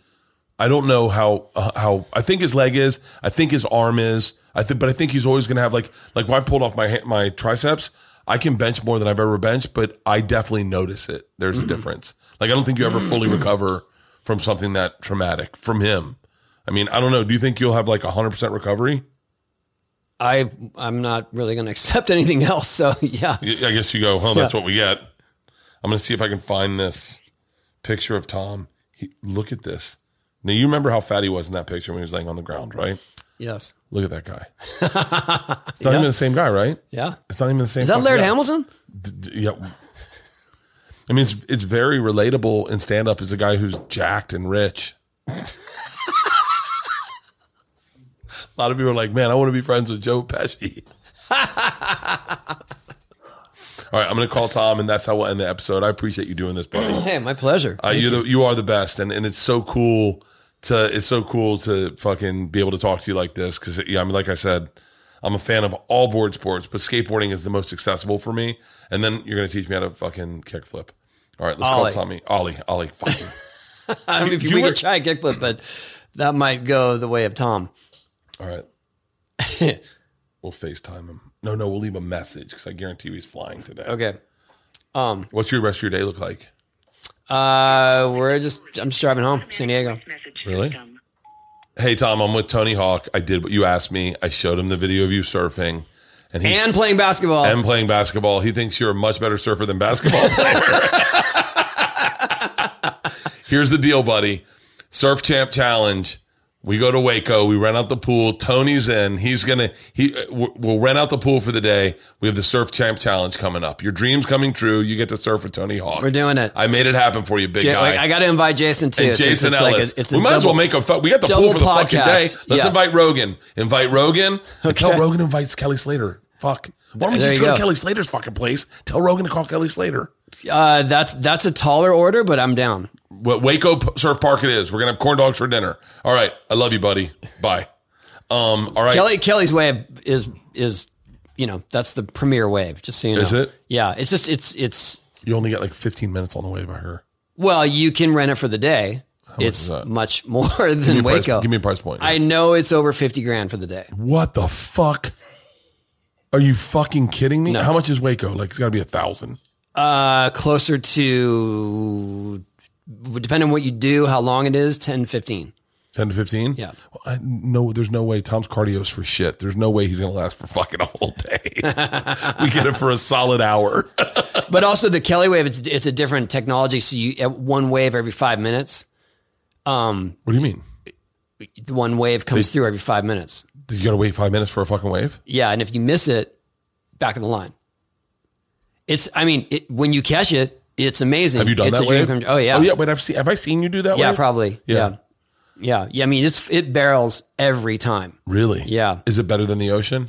S1: I don't know how uh, how I think his leg is. I think his arm is. I think, but I think he's always going to have like like when I pulled off my ha- my triceps, I can bench more than I've ever benched, but I definitely notice it. There's a
S2: Mm-hmm.
S1: difference. Like I don't think you ever fully recover from something that traumatic from him. I mean, I don't know. Do you think you'll have like 100% recovery?
S2: I I'm not really going to accept anything else. So yeah,
S1: Y- I guess you go, huh? That's what we get. I'm going to see if I can find this picture of Tom. He, look at this. Now, you remember how fat he was in that picture when he was laying on the ground, right?
S2: yes,
S1: Look at that guy. it's not even the same guy, right?
S2: yeah.
S1: It's not even the same.
S2: Is that
S1: fucking
S2: Laird
S1: guy.
S2: Hamilton?
S1: D- d- yeah. I mean, it's, it's very relatable in stand up as a guy who's jacked and rich. a lot of people are like, man, I want to be friends with Joe Pesci. All right, I'm going to call Tom, and that's how we'll end the episode. I appreciate you doing this, buddy.
S2: Hey, my pleasure.
S1: Uh,
S2: Thank
S1: you
S2: you.
S1: the, you are the best, and, and it's so cool to it's so cool to fucking be able to talk to you like this because yeah, I mean, like I said, I'm a fan of all board sports, but skateboarding is the most accessible for me. And then you're gonna teach me how to fucking kickflip. All right, let's
S2: Ollie.
S1: call Tommy. Ollie, Ollie, fuck you.
S2: I mean, if
S1: you
S2: we
S1: were-
S2: could try a kickflip, but that might go the way of Tom.
S1: All right, we'll Facetime him. No, no, we'll leave a message because I guarantee you he's flying today.
S2: Okay.
S1: What's your rest of your day look like?
S2: Uh, we're just I'm just driving home, San Diego.
S1: Really? Hey Tom, I'm with Tony Hawk. I did what you asked me. I showed him the video of you surfing, and he's
S2: And playing basketball.
S1: and playing basketball. He thinks you're a much better surfer than basketball player. Here's the deal, buddy. Surf Champ Challenge. We go to Waco. We rent out the pool. Tony's in. He's gonna. He uh, w- we'll rent out the pool for the day. We have the Surf Champ Challenge coming up. Your dream's coming true. You get to surf with Tony Hawk.
S2: We're doing it.
S1: I made it happen for you, big
S2: Ja-
S1: guy.
S2: like, I got to invite Jason too.
S1: and
S2: since
S1: Jason
S2: it's
S1: Ellis.
S2: Like a, it's
S1: we
S2: a
S1: might as well
S2: double-
S1: make a. Fu- we got the
S2: double
S1: pool for the fucking
S2: podcast.
S1: day. Let's
S2: Yeah.
S1: invite Rogan. Invite Rogan. And Tell
S2: Okay.
S1: Rogan invites Kelly Slater. Fuck. Why don't we
S2: There
S1: just go,
S2: you
S1: to
S2: go.
S1: Kelly Slater's fucking place? Tell Rogan to call Kelly Slater.
S2: Uh, that's that's a taller order, but I'm down.
S1: What Waco P- Surf Park it is. We're gonna have corn dogs for dinner. All right. I love you, buddy. Bye. Um. All right.
S2: Kelly Kelly's wave is is you know that's the premier wave. Just so you know,
S1: Is it?
S2: Yeah, it's just it's it's
S1: You only get like 15 minutes on the way by her.
S2: well, you can rent it for the day. it's
S1: is that?
S2: much more than
S1: Give me, a price,
S2: Waco.
S1: give me a price Mm-hmm. point.
S2: I know it's over fifty grand for the day.
S1: what the fuck? Are you fucking kidding me?
S2: No.
S1: How much is Waco? Like it's got to be a thousand.
S2: Uh, closer Uh, to depending on what you do, how long it is, 10, 15.
S1: 10 to 15?
S2: Yeah.
S1: Well, I no, there's no way Tom's cardio's for shit. There's no way he's going to last for fucking a whole day. we get it for a solid hour.
S2: But also the Kelly wave, it's, it's a different technology. So you at one wave every five minutes. Um,
S1: what do you mean?
S2: the one wave comes through every five minutes.
S1: You got to wait five minutes for a fucking wave?
S2: Yeah, and if you miss it, back in the line. It's, I mean, it, when you catch it, it's amazing.
S1: Have you done
S2: it's
S1: that
S2: a dream
S1: wave?
S2: come true. Oh yeah,
S1: Oh, yeah. Wait, I've seen, have I seen you do that
S2: yeah,
S1: wave?
S2: probably.
S1: Yeah.
S2: Yeah. yeah, yeah. I mean, it's it barrels every time.
S1: Really?
S2: Yeah.
S1: Is it better than the ocean?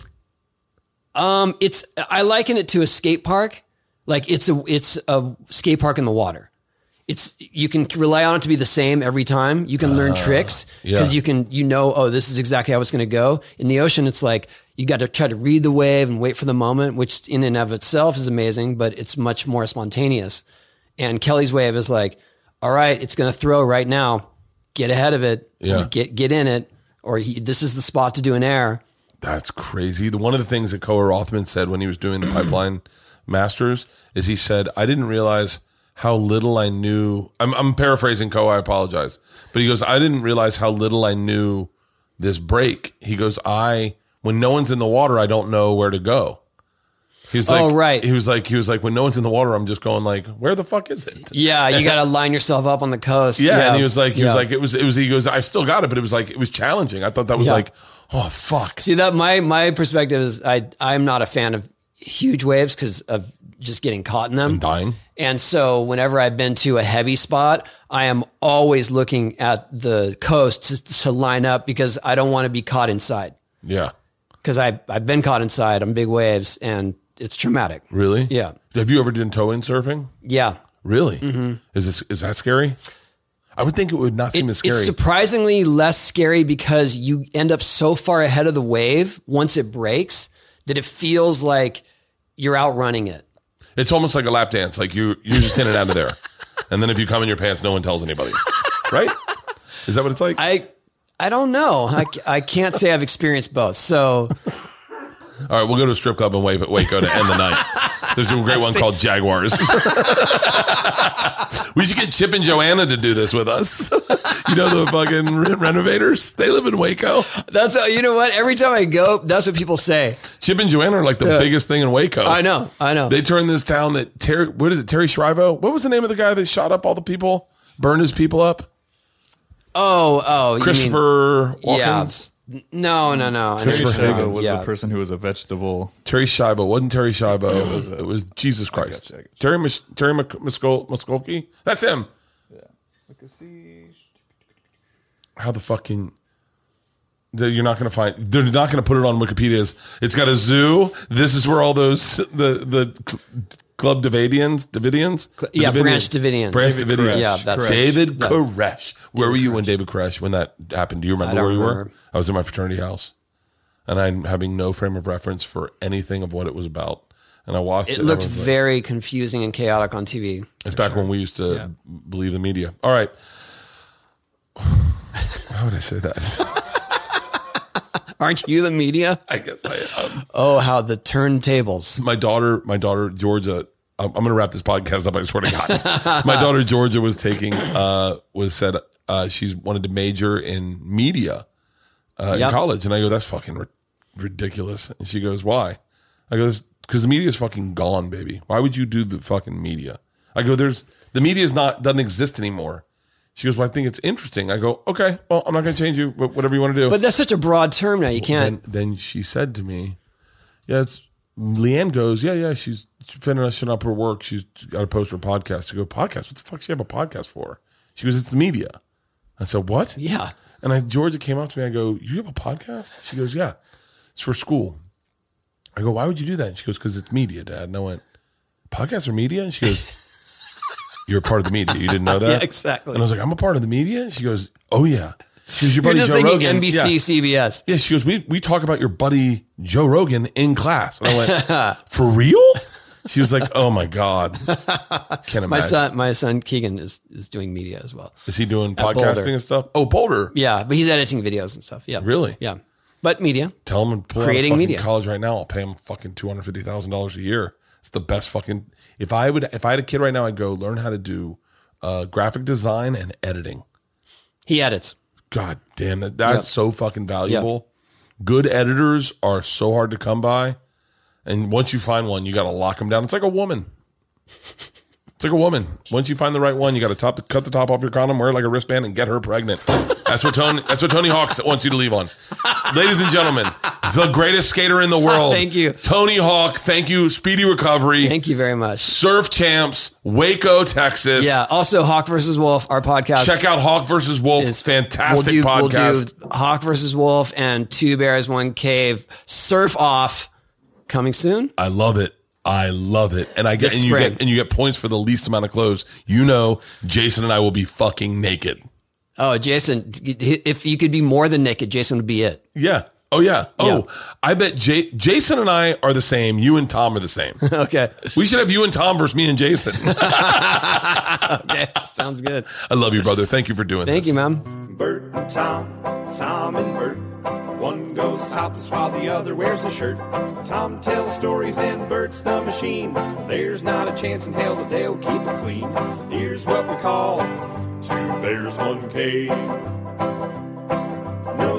S2: Um, it's I liken it to a skate park. Like it's a it's a skate park in the water. It's you can rely on it to be the same every time. You can learn tricks
S1: Uh, yeah.
S2: because you can you know oh this is exactly how it's going to go. In the ocean, it's like you got to try to read the wave and wait for the moment, which in and of itself is amazing, but it's much more spontaneous. And Kelly's wave is like, all right, it's going to throw right now. Get ahead of it.
S1: Yeah.
S2: Get get in it, or he, this is the spot to do an air.
S1: That's crazy. The one of the things that Coer Rothman said when he was doing the Pipeline Masters is he said, "I didn't realize how little I knew." I'm, I'm paraphrasing Coer. I apologize, but he goes, "I didn't realize how little I knew this break." He goes, "I when no one's in the water, I don't know where to go." He was like,
S2: Oh, right.
S1: He was like, he was like, when no one's in the water, I'm just going like, where the fuck is it?
S2: Yeah, you got to line yourself up on the coast.
S1: Yeah, and he was like, he was
S2: Yeah.
S1: like, it was, it was. He goes, I still got it, but it was like, it was challenging. I thought that was
S2: Yeah.
S1: like, oh fuck,
S2: see that my my perspective is I I'm not a fan of huge waves because of just getting caught in them.
S1: I'm dying.
S2: And so whenever I've been to a heavy spot, I am always looking at the coast to, to line up because I don't want to be caught inside.
S1: Yeah,
S2: Because I I've been caught inside on big waves and it's traumatic.
S1: really?
S2: Yeah,
S1: Have you ever done toe in surfing?
S2: yeah.
S1: Really? Is this is that scary? I would think it would not seem
S2: It-
S1: as scary.
S2: It's surprisingly less scary because you end up so far ahead of the wave once it breaks that it feels like you're outrunning it.
S1: it's almost like a lap dance. Like you you're just in and out of there, and then if you come in your pants, no one tells anybody, right? Is that what it's like?
S2: I I don't know. I, c- I can't say I've experienced both. So
S1: All right, we'll go to a strip club in Wa- Waco to end the night. There's a great one called Jaguars. we should get Chip and Joanna to do this with us. you know the fucking re- renovators? They live in Waco.
S2: that's how, you know what? Every time I go, that's what people say.
S1: Chip and Joanna are like the biggest thing in Waco.
S2: I know. I know.
S1: They turned this town that Terry, what is it, Terry Shrivo? What was the name of the guy that shot up all the people, burned his people up?
S2: oh, oh, you mean-
S1: Christopher
S2: yeah.
S1: Walkins?
S2: No, no, no. I know
S10: Terry
S2: what you're talking
S10: Shago
S2: about.
S10: was
S2: yeah.
S10: the person who was a vegetable.
S1: Terry Schiavo. Wasn't Terry Schiavo. It was, Jesus Christ.
S10: I gotcha.
S1: Terry, Mis- Terry Mc- Muskol- Muskolki? That's him. How the fucking. that You're not gonna find. They're not gonna put it on Wikipedia. It's- It's got a zoo. This is where all those the the cl- Club Davidians, Davidians, The
S2: yeah, Branch Davidians.
S1: Branch
S2: David
S1: Davidians.
S2: Koresh. Yeah, that's it.
S1: David Koresh. Where were you when David Koresh when that happened? Do you remember
S2: don't
S1: where you were?
S2: remember.
S1: I was in my fraternity house, and I'm having no frame of reference for anything of what it was about. And I watched it.
S2: It
S1: and I
S2: looked
S1: was like-
S2: very confusing and chaotic on TV.
S1: it's back when we used to believe the media. All right. How would I say that?
S2: Aren't you the media?
S1: I guess I am.
S2: Oh, how the turntables.
S1: my daughter, my daughter Georgia. I'm, I'm going to wrap this podcast up. I swear to God. my daughter Georgia was taking, uh, was said uh, she's wanted to major in media uh,
S2: Yep.
S1: in college, and I go, that's fucking ri- ridiculous. And she goes, why? I go, because the media is fucking gone, baby. Why would you do the fucking media? I go, there's the media is not doesn't exist anymore. She goes, well, I think it's interesting. I go, okay, well, I'm not going to change you, but whatever you want to do.
S2: But that's such a broad term now. You
S1: And
S2: can't.
S1: then she said to me, "Yeah, it's." Leanne goes, "Yeah, yeah, she's finishing up her work. She's got to post her podcast." I go, "Podcast? What the fuck? She have a podcast for?" She goes, "It's the media." I said, "What?"
S2: Yeah.
S1: And I, Georgia came up to me. I go, "You have a podcast?" She goes, "Yeah, it's for school." I go, "Why would you do that?" And she goes, "Because it's media, Dad." And I went, "Podcasts are media?" And she goes, "You're a part of the media. You didn't know that?"
S2: Yeah, exactly.
S1: And I was like, "I'm a part of the media." And she goes, "Oh yeah." She goes, "Your
S2: You're
S1: buddy
S2: just
S1: Joe
S2: thinking
S1: Rogan."
S2: NBC,
S1: Yeah.
S2: CBS.
S1: Yeah, she goes, we, we talk about your buddy Joe Rogan in class. And I went, for real? She was like, oh my God. Can't imagine.
S2: My son, my son Keegan is is doing media as well.
S1: Is he doing
S2: At Boulder.
S1: podcasting and stuff? Oh, Boulder.
S2: Yeah, but he's editing videos and stuff. Yeah,
S1: Really?
S2: Yeah, but media.
S1: Tell him to pull
S2: Creating
S1: out of fucking
S2: media.
S1: college right now. I'll pay him fucking $250,000 a year. It's the best fucking. If I would, if I had a kid right now, I'd go learn how to do uh, graphic design, and editing.
S2: He edits.
S1: God damn that! That's
S2: Yep.
S1: so fucking valuable. Good editors are so hard to come by, and once you find one, you got to lock them down. It's like a woman. It's like a woman. Once you find the right one, you got to top cut the top off your condom, wear it like a wristband, and get her pregnant. That's what Tony. That's what Tony Hawk wants you to leave on. Ladies and gentlemen, the greatest skater in the world.
S2: Thank you.
S1: Tony Hawk. Thank you. Speedy recovery.
S2: Thank you very much.
S1: Surf champs, Waco, Texas.
S2: Yeah. Also, Hawk versus Wolf, our podcast.
S1: Check out Hawk versus Wolf.
S2: is-
S1: fantastic podcast.
S2: We'll do Hawk versus Wolf and Two Bears, One Cave. Surf off coming soon.
S1: I love it. I love it. And I get and
S2: This
S1: you
S2: spring.
S1: get and you get points for the least amount of clothes. You know, Jason and I will be fucking naked.
S2: Oh, Jason, if you could be more than naked, Jason would be it.
S1: Yeah. Oh yeah. Oh, I bet J- Jason and I are the same. You and Tom are the same.
S2: Okay.
S1: we should have you and Tom versus me and Jason.
S2: Okay. Sounds good.
S1: I love you, brother. Thank you for doing
S2: Thank
S1: this.
S2: you, ma'am.
S8: Bert and Tom, Tom and Bert. One goes topless while the other wears a shirt. Tom tells stories and Bert's the machine. There's not a chance in hell that they'll keep it clean. Here's what we call two bears, one cave. No